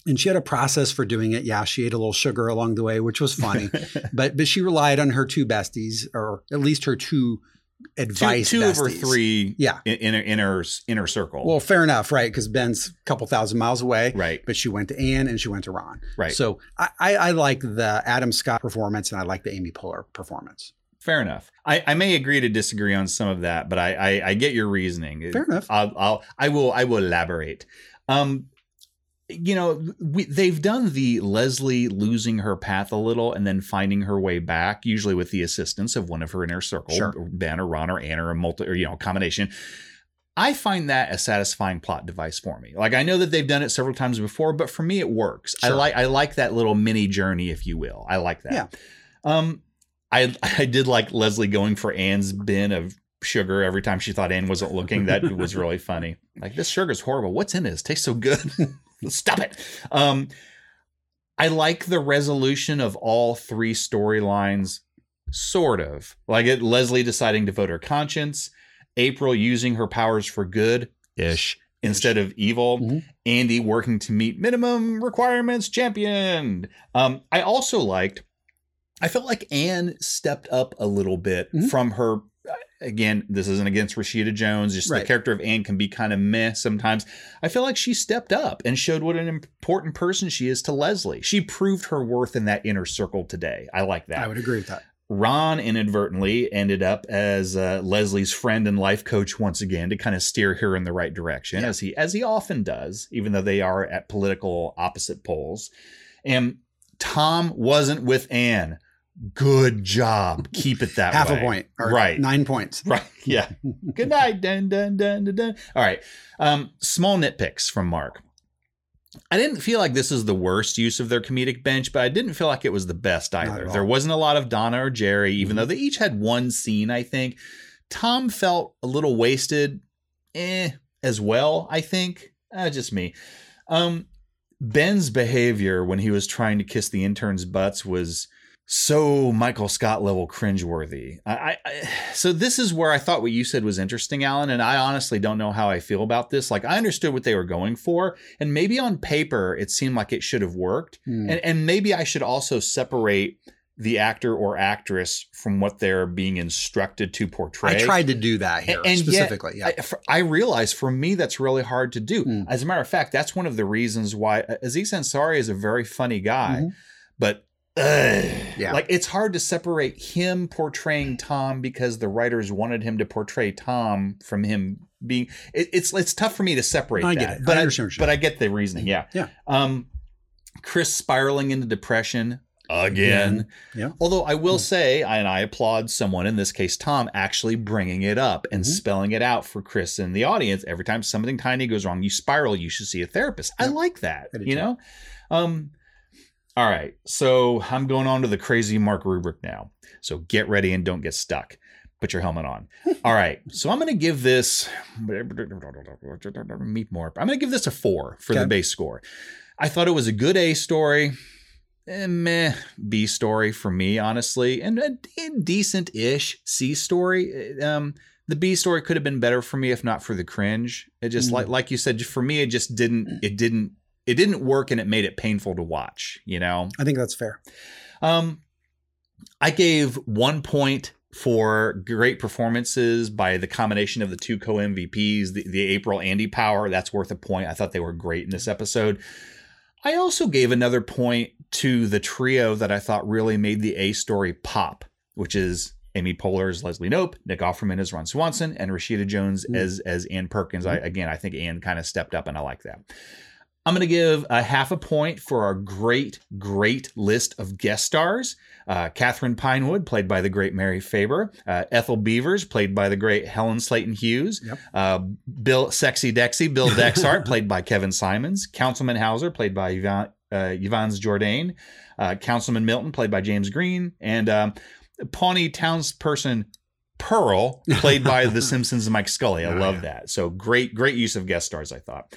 and she had a process for doing it. Yeah, she ate a little sugar along the way, which was funny, but but she relied on her two besties, or at least her two Two, advice. two of her besties. three Yeah. in- inner inner inner circle. Well, fair enough, right? Because Ben's a couple thousand miles away, right? But she went to Anne and she went to Ron, Right. So I, I, I like the Adam Scott performance and I like the Amy Poehler performance. Fair enough. I, I may agree to disagree on some of that, but I I, I get your reasoning. Fair enough. I'll, I'll I will I will elaborate. Um, you know, we, they've done the Leslie losing her path a little and then finding her way back, usually with the assistance of one of her inner circle, Sure. Ben or Ron or Anne or a multi or you know combination. I find that a satisfying plot device for me. Like I know that they've done it several times before, but for me it works. I Sure. like I like that little mini journey, if you will. I like that. Yeah. Um, I I did like Leslie going for Anne's bin of sugar every time she thought Anne wasn't looking. That was really funny. Like this sugar's horrible. What's in this? Tastes so good. Stop it. Um, I like the resolution of all three storylines, sort of. Like it, Leslie deciding to vote her conscience, April using her powers for good ish instead of evil, Andy working to meet minimum requirements championed. Um, I also liked I felt like Anne stepped up a little bit Mm-hmm. from her. Again, this isn't against Rashida Jones. Just the Right. character of Anne can be kind of meh sometimes. I feel like she stepped up and showed what an important person she is to Leslie. She proved her worth in that inner circle today. I like that. I would agree with that. Ron inadvertently ended up as uh, Leslie's friend and life coach once again to kind of steer her in the right direction, as he as he often does, even though they are at political opposite poles. And Tom wasn't with Anne. Good job. Keep it that Half way. a point, or right? Nine points, right? Yeah. Good night. Dun dun dun dun dun. All right. Um, small nitpicks from Mark. I didn't feel like this is the worst use of their comedic bench, but I didn't feel like it was the best either. all. Mm-hmm. There wasn't a lot of Donna or Jerry, even though they each had one scene, I think. Tom felt a little wasted, eh, as well, I think. Uh, just me. Um, Ben's behavior when he was trying to kiss the intern's butts was so Michael Scott level cringeworthy. I, I, I so this is where I thought what you said was interesting, Alan, and I honestly don't know how I feel about this. Like I understood what they were going for, and maybe on paper it seemed like it should have worked, Hmm. and and maybe I should also separate the actor or actress from what they're being instructed to portray. I tried to do that here A- and yet, specifically. yeah. Hmm. I, for- I realize for me that's really hard to do. As a matter of fact, that's one of the reasons why uh, Aziz Ansari is a very funny guy, Mm-hmm. but ugh, like it's hard to separate him portraying Tom because the writers wanted him to portray Tom from him being. It, it's it's tough for me to separate. I that, get it. I but understand what you're but I get the reasoning. Yeah, Yeah. Um, Chris spiraling into depression again. Yeah. Although I will say, and I applaud someone, in this case Tom, actually bringing it up and Mm-hmm. spelling it out for Chris and the audience. Every time something tiny goes wrong, you spiral, you should see a therapist. I like that. I do you too. know? Um, all right. So I'm going on to the crazy Mark rubric now. So get ready and don't get stuck. Put your helmet on. All right. So I'm going to give this meet more. I'm going to give this a four for the Okay. base score. I thought it was a good A story. Eh, meh B story for me, honestly, and a decent ish C story. Eh, Um, the B story could have been better for me if not for the cringe. It just Mm. like like you said, for me, it just didn't it didn't it didn't work, and it made it painful to watch. You know, I think that's fair. um, I gave one point for great performances by the combination of the two co MVPs, the, the April Andy Power. That's worth a point. I thought they were great in Mm. this episode. I also gave another point to the trio that I thought really made the A story pop, which is Amy Poehler as Leslie Nope, Nick Offerman as Ron Swanson, and Rashida Jones as as Ann Perkins. I, again, I think Ann kind of stepped up, and I like that. I'm going to give a half a point for our great, great list of guest stars. Uh, Catherine Pinewood, played by the great Mary Faber. Uh, Ethel Beavers, played by the great Helen Slayton Hughes. Uh, Bill Sexy Dexy, Bill Dexart, played by Kevin Simons. Councilman Hauser, played by Yvonne, uh, Yvonne's Jourdain. Uh, Councilman Milton, played by James Green. And um, Pawnee townsperson Pearl, played by The Simpsons' Mike Scully. I love that. So great, great use of guest stars, I thought.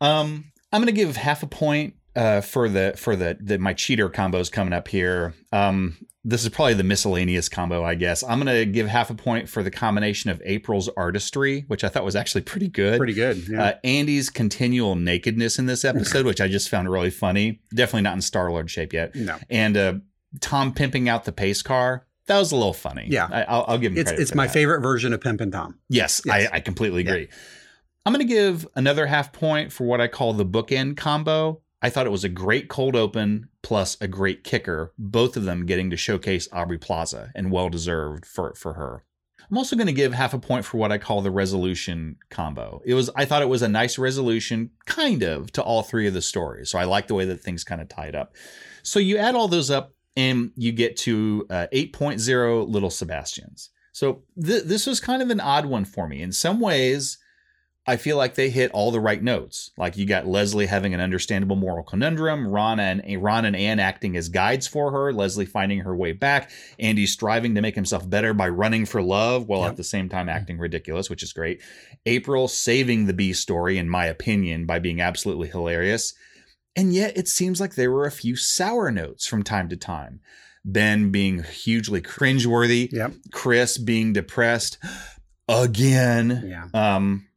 Um, I'm gonna give half a point uh, for the for the, the my cheater combos coming up here. Um, this is probably the miscellaneous combo, I guess. I'm gonna give half a point for the combination of April's artistry, which I thought was actually pretty good. Pretty good. yeah. Uh, Andy's continual nakedness in this episode, which I just found really funny. Definitely not in Star Lord shape yet. No. And uh, Tom pimping out the pace car. That was a little funny. Yeah. I, I'll, I'll give him It's credit. it's for my that. favorite version of Pimp and Tom. Yes, I, I completely agree. I'm going to give another half point for what I call the bookend combo. I thought it was a great cold open plus a great kicker, both of them getting to showcase Aubrey Plaza and well deserved for, for her. I'm also going to give half a point for what I call the resolution combo. It was I thought it was a nice resolution kind of to all three of the stories. So I like the way that things kind of tied up. So you add all those up and you get to uh, 8.0 little Sebastians. So th- this was kind of an odd one for me. In some ways, I feel like they hit all the right notes. Like you got Leslie having an understandable moral conundrum, Ron and Ron and Anne acting as guides for her, Leslie finding her way back, Andy striving to make himself better by running for love while at the same time acting ridiculous, which is great. April saving the B story, in my opinion, by being absolutely hilarious. And yet it seems like there were a few sour notes from time to time. Ben being hugely cringeworthy, Chris being depressed again. Yeah. Um,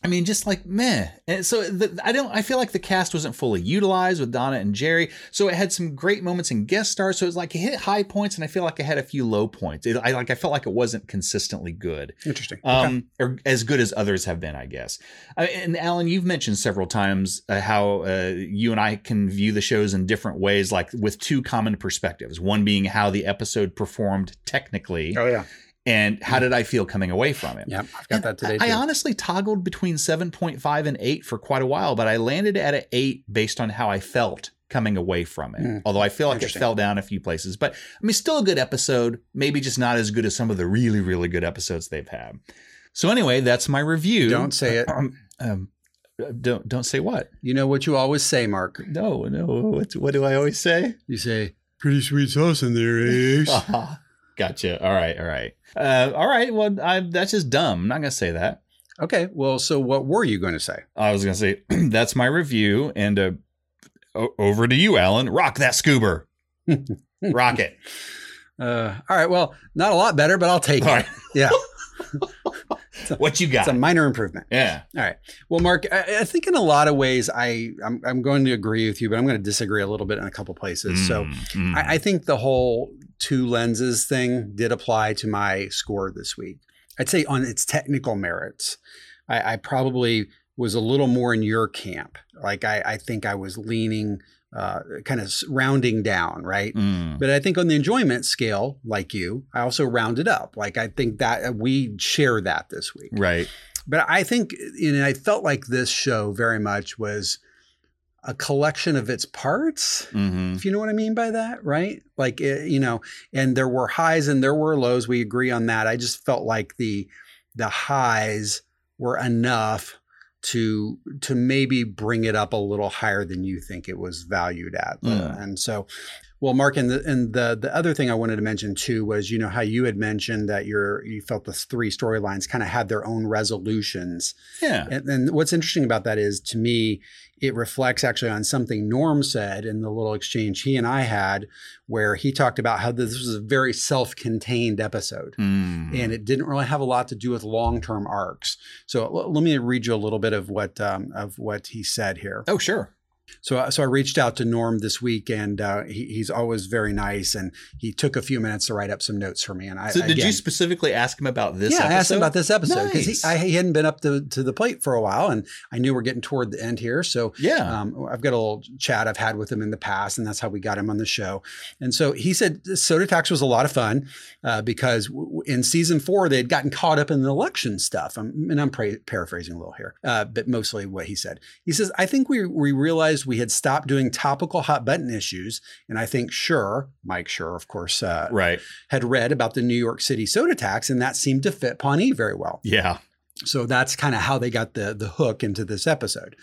I mean, just like meh. And so the, I don't. I feel like the cast wasn't fully utilized with Donna and Jerry. So it had some great moments and guest stars. So it was like it hit high points, and I feel like it had a few low points. It, I like. I felt like it wasn't consistently good. Interesting. Um, or as good as others have been, I guess. I, and Alan, you've mentioned several times uh, how uh, you and I can view the shows in different ways, like with two common perspectives. One being how the episode performed technically. Oh yeah. And how did I feel coming away from it? Yeah, I've got that today. I too. honestly toggled between 7.5 and 8 for quite a while, but I landed at an 8 based on how I felt coming away from it. Mm. Although I feel like it Interesting. fell down a few places, but I mean, still a good episode, maybe just not as good as some of the really, really good episodes they've had. So, anyway, that's my review. Don't say it. um, don't don't say what. You know what you always say, Mark. No, no. What what do I always say? You say pretty sweet sauce in there, eh?" Ace. gotcha. All right. All right. Uh, all right. Well, I, that's just dumb. I'm not going to say that. Okay. Well, so what were you going to say? I was going to say that's my review, and uh, o- over to you, Alan. Rock that scuba. Rock it. Uh, all right. Well, not a lot better, but I'll take it. Yeah. what you got? It's a minor improvement. Yeah. All right. Well, Mark, I, I think in a lot of ways, I I'm, I'm going to agree with you, but I'm going to disagree a little bit in a couple places. so mm. I, I think the whole two lenses thing did apply to my score this week. I'd say on its technical merits, I, I probably was a little more in your camp. Like I, I think I was leaning, uh, kind of rounding down, right? Mm. Hmm. But I think on the enjoyment scale, like you, I also rounded up. Like I think that uh, we share that this week. Right. But I think, and I felt like this show very much was a collection of its parts, Mm-hmm. Mm. if you know what I mean by that, right? Like, it, you know, and there were highs and there were lows. We agree on that. I just felt like the the highs were enough to to maybe bring it up a little higher than you think it was valued at. Yeah. And so, well, Mark, and the and the the other thing I wanted to mention too was you know how you had mentioned that your you felt the three storylines kind of had their own resolutions. Yeah. And, and what's interesting about that is to me, it reflects actually on something Norm said in the little exchange he and I had, where he talked about how this was a very self contained episode Mm-hmm. Mm. and it didn't really have a lot to do with long term arcs. So l- let me read you a little bit of what um, of what he said here. Oh, sure. So, I- so I reached out to Norm this week, and uh, he, he's always very nice. And he took a few minutes to write up some notes for me. And I so, did again- you specifically ask him about this? yeah, I asked him episode? about this episode because Nice. he, I, he hadn't been up to, to the plate for a while, and I knew we're getting toward the end here. So yeah, um, I've got a little chat I've had with him in the past, and that's how we got him on the show. And so he said Soda Tax was a lot of fun uh, because w- w- in season four they had gotten caught up in the election stuff. I'm, and I'm pra- paraphrasing a little here, uh, but mostly what he said. He says, "I think we we realized we had stopped doing topical hot button issues, and I think sure, Mike Sure, of course, uh, right, had read about the New York City soda tax, and that seemed to fit Pawnee very well. Yeah. So that's kind of how they got the the hook into this episode.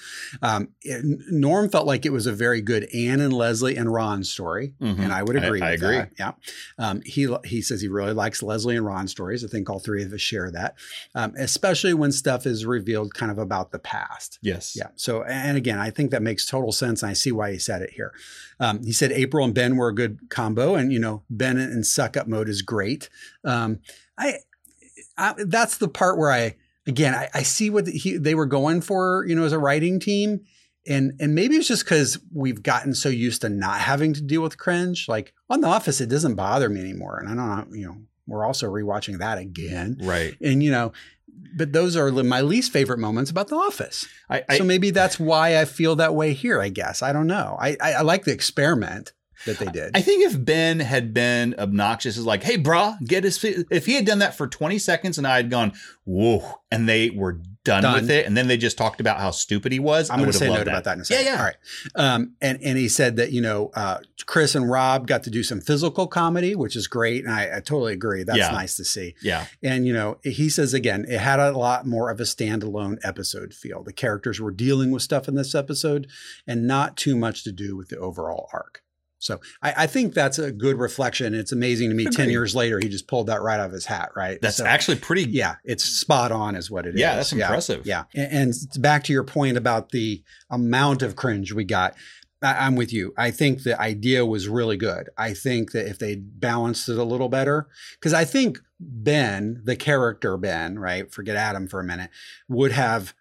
Um, it- Norm felt like it was a very good Anne and Leslie and Ron story, Mhm. and I would I- agree. I with agree. that. Yeah. Um, he he says he really likes Leslie and Ron stories. I think all three of us share that, um, especially when stuff is revealed kind of about the past. Yes. Yeah. So, and again, I think that makes total sense. And I see why he said it here. Um, he said April and Ben were a good combo, and you know, Ben in suck up mode is great. Um, I, I, that's the part where I, again, I, I see what he, they were going for, you know, as a writing team. And, and maybe it's just because we've gotten so used to not having to deal with cringe. Like on The Office, it doesn't bother me anymore. And I don't know, you know, we're also rewatching that again. Right. And, you know, but those are li- my least favorite moments about The Office. I, so maybe that's why I feel that way here. I guess I don't know. I I, I like the experiment that they did. I think if Ben had been obnoxious, is like, hey, brah, get his. Feet. If he had done that for 20 seconds and I had gone, whoa, and they were done, Done. with it, and then they just talked about how stupid he was, I'm I going would to have say a loved note that. about that in a second. Yeah, yeah. All right. Um, and and he said that you know uh, Chris and Rob got to do some physical comedy, which is great, and I, I totally agree. That's Yeah. nice to see. Yeah. And you know he says again, it had a lot more of a standalone episode feel. The characters were dealing with stuff in this episode, and not too much to do with the overall arc. So I, I think that's a good reflection. It's amazing to me. Ten Agreed. years later, he just pulled that right out of his hat. Right. That's So- actually pretty. Yeah, it's spot on, is what it is. Yeah, that's impressive. Yeah, A- and, back to your point about the amount of cringe we got. I, I'm with you. I think the idea was really good. I think that if they balanced it a little better, because I think Ben, the character Ben, right? Forget Adam for a minute, would have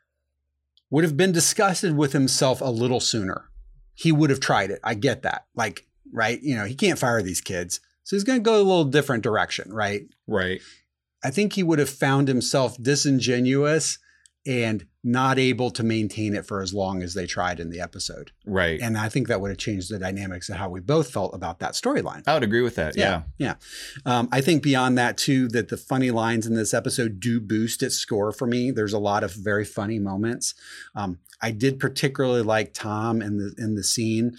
would have been disgusted with himself a little sooner. He would have tried it. I get that. Like, right? You know, he can't fire these kids. So he's going to go a little different direction, right? Right. I think he would have found himself disingenuous and not able to maintain it for as long as they tried in the episode. Right. And I think that would have changed the dynamics of how we both felt about that storyline. I would agree with that. Yeah. Yeah. Um, I think beyond that, too, that the funny lines in this episode do boost its score for me. There's a lot of very funny moments. Um, I did particularly like Tom in the in the scene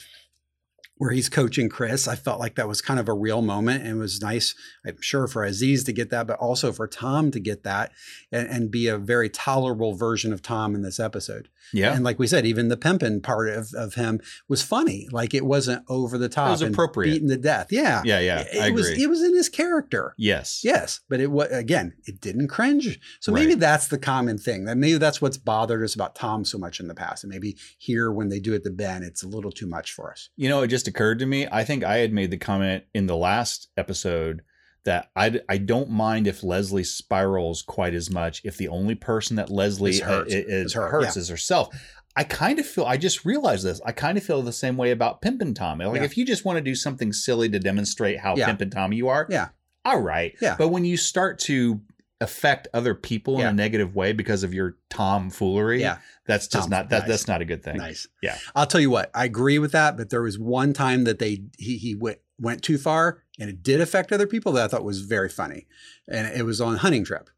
where he's coaching Chris. I felt like that was kind of a real moment and it was nice, I'm sure, for Aziz to get that, but also for Tom to get that and, and be a very tolerable version of Tom in this episode. Yeah. And like we said, even the pimping part of, of him was funny. Like it wasn't over the top. was and appropriate. beaten to death. Yeah. Yeah, yeah, It, I it was agree. it was in his character. Yes. Yes, but it was again, it didn't cringe. So maybe that's the common thing. That maybe that's what's bothered us about Tom so much in the past, and maybe here when they do it to Ben, it's a little too much for us. You know, it just occurred to me. I think I had made the comment in the last episode that I, I don't mind if Leslie spirals quite as much if the only person that Leslie Is hurt. uh, i- is, Is hurt, hurts yeah. is herself. I kind of feel, I just realized this. I kind of feel the same way about Pimp and Tommy. Like, Yeah. if you just want to do something silly to demonstrate how Yeah. Pimp and Tommy you are, yeah. all right. Yeah. But when you start to affect other people in Yeah. a negative way because of your tomfoolery, Yeah. that's just Tom- not, that, nice. that's not a good thing. Nice. Yeah. I'll tell you what, I agree with that, but there was one time that they he he went went too far and it did affect other people that I thought was very funny. And it was on hunting trip.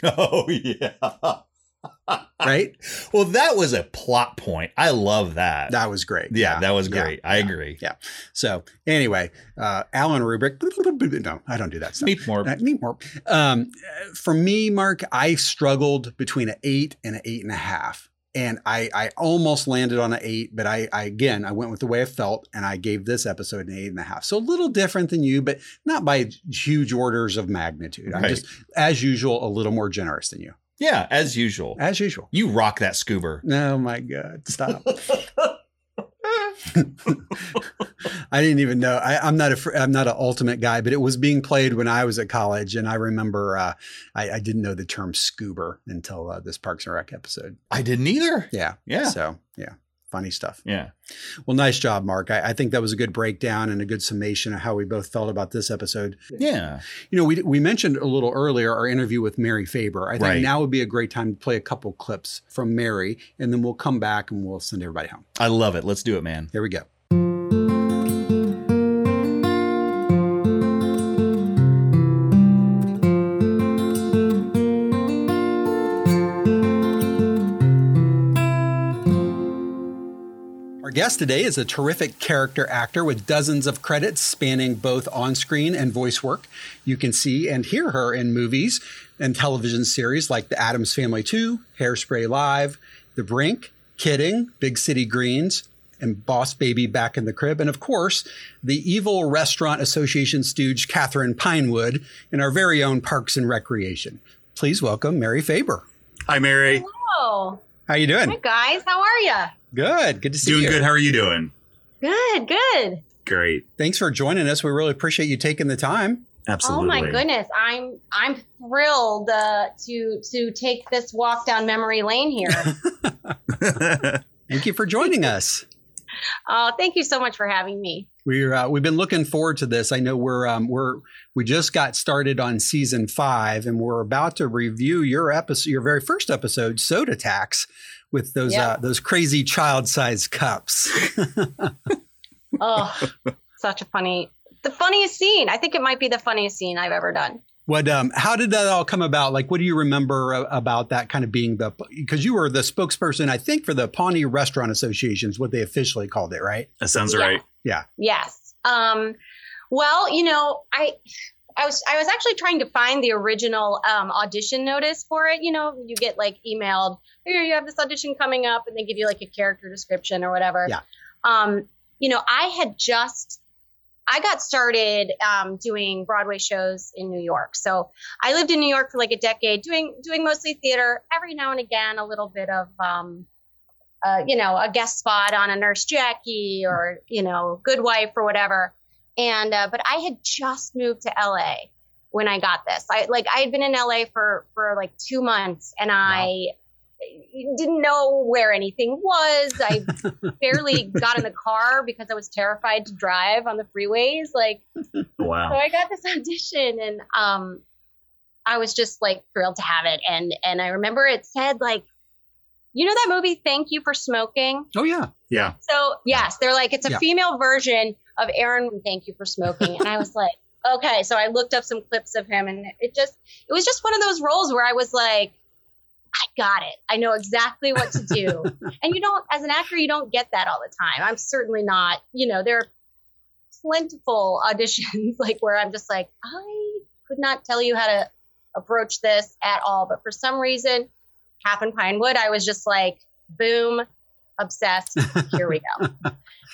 Oh yeah. right? Well, that was a plot point. I love that. That was great. Yeah, that was Yeah. great. I agree. Yeah. So anyway, uh, Alan Rubrick. No, I don't do that stuff. Meet more. Uh, meet more. Um, uh, for me, Mark, I struggled between an eight and an eight and a half. And I, I almost landed on an eight, but I, I again I went with the way I felt, and I gave this episode an eight and a half. So a little different than you, but not by huge orders of magnitude. I'm Right. just, as usual, a little more generous than you. Yeah, as usual. As usual. You rock that scuba. Oh my God, stop. I didn't even know. I, I'm not a. fr- I'm not an ultimate guy, but it was being played when I was at college, and I remember uh, I, I didn't know the term scuba until uh, this Parks and Rec episode. I didn't either. Yeah, Yeah. So yeah, funny stuff. Yeah. Well, nice job, Mark. I, I think that was a good breakdown and a good summation of how we both felt about this episode. Yeah. You know, we, we mentioned a little earlier our interview with Mary Faber. I think Right. now would be a great time to play a couple clips from Mary, and then we'll come back and we'll send everybody home. I love it. Let's do it, man. Here we go. Our guest today is a terrific character actor with dozens of credits spanning both on screen and voice work. You can see and hear her in movies and television series like The Addams Family 2, Hairspray Live, The Brink, Kidding, Big City Greens, and Boss Baby Back in the Crib. And of course, the evil restaurant association stooge Catherine Pinewood in our very own Parks and Recreation. Please welcome Mary Faber. Hi, Mary. Hello. How you doing? Hi Oh. guys, how are you? Good. Good to see Doing you. good. How are you doing? Good, good. Great. Thanks for joining us. We really appreciate you taking the time. Oh my goodness, I'm I'm thrilled uh, to to take this walk down memory lane here. Thank you for joining us. oh, thank you so much for having me. We're uh, we've been looking forward to this. I know we're um, we're we just got started on season five, and we're about to review your episode, your very first episode, Soda Tax, with those uh, Yeah. those crazy child sized cups. Oh, such a funny, the funniest scene. I think it might be the funniest scene I've ever done. What um how did that all come about? Like what do you remember a- about that kind of being the because you were the spokesperson I think for the Pawnee Restaurant Association is what they officially called it, right? That sounds right. Yeah. Yes. Um, well, you know, I. I was I was actually trying to find the original um, audition notice for it. You know, you get like emailed, here you have this audition coming up, and they give you like a character description or whatever. Yeah. Um, you know, I had just I got started um, doing Broadway shows in New York. So I lived in New York for like a decade, doing doing mostly theater. Every now and again, a little bit of um, uh, you know a guest spot on a Nurse Jackie or you know Good Wife or whatever. And uh, but I had just moved to LA when I got this. I like I had been in LA for for like two months, and I didn't know where anything was. I barely got in the car because I was terrified to drive on the freeways. Like, so Wow. I got this audition, and um, I was just like thrilled to have it. And and I remember it said like, you know that movie Thank You for Smoking. Oh yeah. Yeah. So yes, they're like it's a Yeah. female version of Aaron. from Thank you for smoking. And I was like, okay. So I looked up some clips of him, and it just it was just one of those roles where I was like, I got it. I know exactly what to do. and you don't, as an actor, you don't get that all the time. I'm certainly not. You know, there are plentiful auditions like where I'm just like, I could not tell you how to approach this at all. But for some reason, Cap and Pinewood, I was just like, boom, obsessed. Here we go.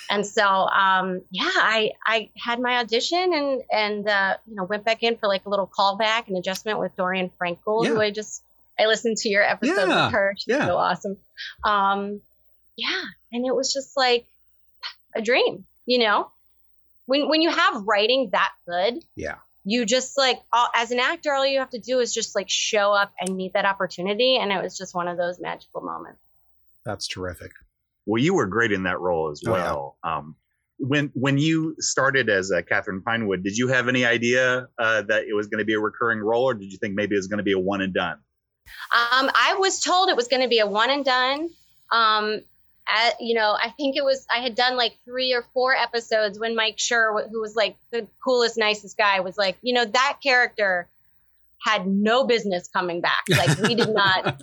and so, um, yeah, I I had my audition and and uh, you know went back in for like a little callback and adjustment with Dorian Frankel, who Yeah. I just I listened to your episode Yeah, with her. She's yeah. so awesome. Um, yeah, and it was just like a dream, you know. When when you have writing that good, Yeah. you just like all, as an actor all you have to do is just like show up and meet that opportunity and it was just one of those magical moments That's terrific. Well, you were great in that role as Oh, yeah. well. um, when when you started as uh, Catherine Pinewood, did you have any idea uh, that it was going to be a recurring role, or did you think maybe it was going to be a one and done? um, i was told it was going to be a one and done um, at, you know i think it was i had done like three or four episodes when mike Schur, who was like the coolest nicest guy was like you know that character had no business coming back like we did not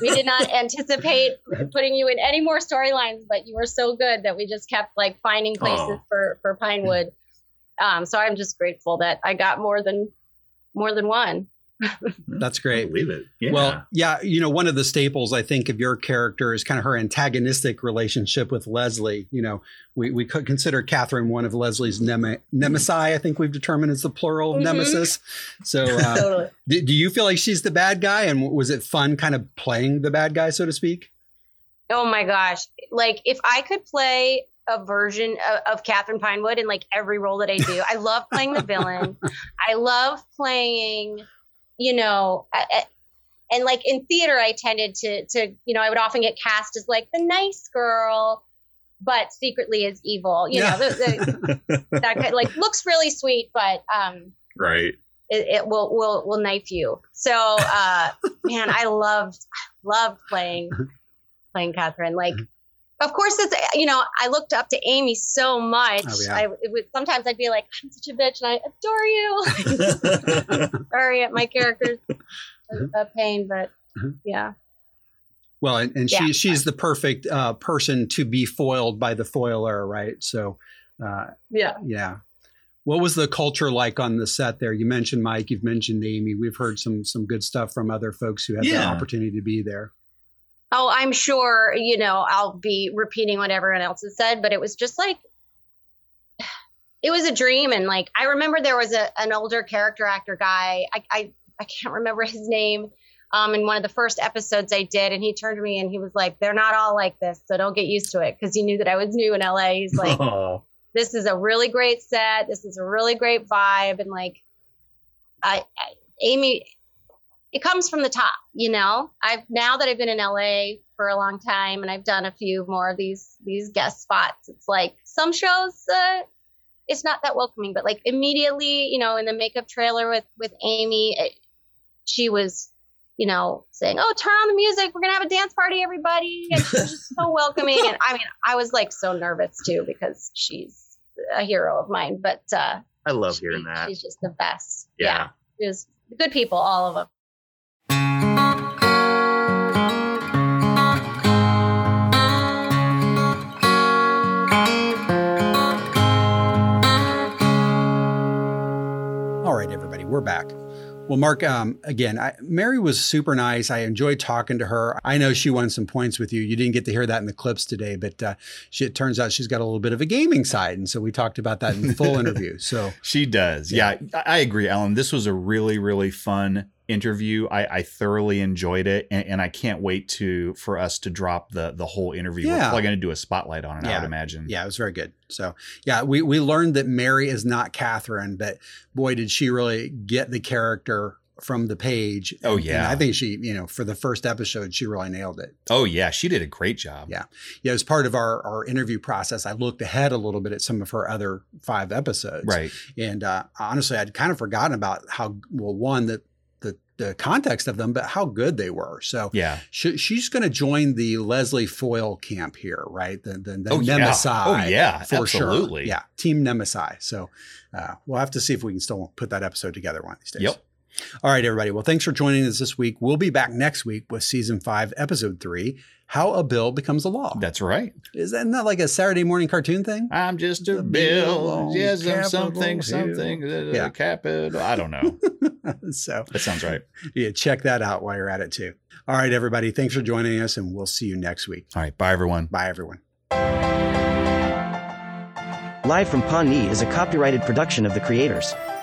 we did not anticipate putting you in any more storylines but you were so good that we just kept like finding places Oh. for for pinewood um, so i'm just grateful that i got more than more than one That's great. believe it. Yeah. Well, yeah, you know, one of the staples I think of your character is kind of her antagonistic relationship with Leslie. You know, we we could consider Catherine one of Leslie's neme- nemesis. I think we've determined is the plural of Mm-hmm. Mm-hmm. Mhm. nemesis. So, uh, Totally. do, do you feel like she's the bad guy? And was it fun, kind of playing the bad guy, so to speak? Oh my gosh. Like if I could play a version of, of Catherine Pinewood in like every role that I do, I love playing the villain. I love playing, you know, I- I- and like in theater, I tended to, to, you know, I would often get cast as like the nice girl but secretly is evil. You know, the, the, that kind, like looks really sweet, but um, Right. it, it will will will knife you. So uh, man, I loved loved playing playing Catherine. Like, Mm-hmm. of course, it's you know I looked up to Amy so much. Oh, yeah. I it would, sometimes I'd be like, I'm such a bitch, and I adore you. Sorry, my character's a, a pain, but Mm-hmm. yeah. Well, and, and Yeah. she she's the perfect uh, person to be foiled by the foiler, right? So, uh, Yeah. yeah. What was the culture like on the set there? You mentioned Mike, you've mentioned Amy. We've heard some some good stuff from other folks who had the Yeah. opportunity to be there. Oh, I'm sure, you know, I'll be repeating what everyone else has said, but it was just like it was a dream and like I remember there was a an older character actor guy. I I, I can't remember his name. Um, in one of the first episodes I did, and he turned to me and he was like, "They're not all like this, so don't get used to it." Because he knew that I was new in LA. He's like, this is a really great set. This is a really great vibe. And like, I, I Amy, it comes from the top, you know, I've, now that I've been in LA for a long time and I've done a few more of these, these guest spots, it's like some shows, uh, it's not that welcoming, but like immediately, you know, in the makeup trailer with, with Amy, it, she was, you know, saying, "Oh, turn on the music. We're gonna have a dance party, everybody!" And she was just so welcoming. And I mean, I was like so nervous too because she's a hero of mine. But uh, I love hearing that. she's just the best. Yeah. It was good people, all of them. All right, everybody, we're back. Well, Mark, um, again, I, Mary was super nice. I enjoyed talking to her. I know she won some points with you. You didn't get to hear that in the clips today, but uh, she, it turns out she's got a little bit of a gaming side, and so we talked about that in the full interview. So She does. Yeah. I I agree, Alan. This was a really, really fun interview. I, I thoroughly enjoyed it, and, and I can't wait to for us to drop the the whole interview. Yeah. We're probably going to do a spotlight on it. I would imagine. Yeah, it was very good. So yeah, we we learned that Mary is not Catherine, but boy, did she really get the character from the page. Oh, And- and yeah. I think she, you know, for the first episode, she really nailed it. Oh yeah, she did a great job. Yeah. Yeah, as part of our, our interview process, I looked ahead a little bit at some of her other five episodes. Right. And uh, honestly, I'd kind of forgotten about how, well, one, that the, the context of them, but how good they were. So Yeah. she, she's going to join the Leslie Foyle camp here, right? The, the, the Oh, yeah. Nemesis. Oh, yeah. For Absolutely. sure. Yeah. Team Nemesis. So uh, we'll have to see if we can still put that episode together one of these days. Yep. All right, everybody. Well, thanks for joining us this week. We'll be back next week with season five, episode three How a Bill Becomes a Law. That's right. Isn't that like a Saturday morning cartoon thing? I'm just a bill Bill, on yes, I'm Capitol something, Hill. something, yeah. Yeah. capital. I don't know. so that sounds right. Yeah, check that out while you're at it, too. All right, everybody. Thanks for joining us, and we'll see you next week. All right. Bye, everyone. Bye, everyone. Live from Pawnee is a copyrighted production of the creators.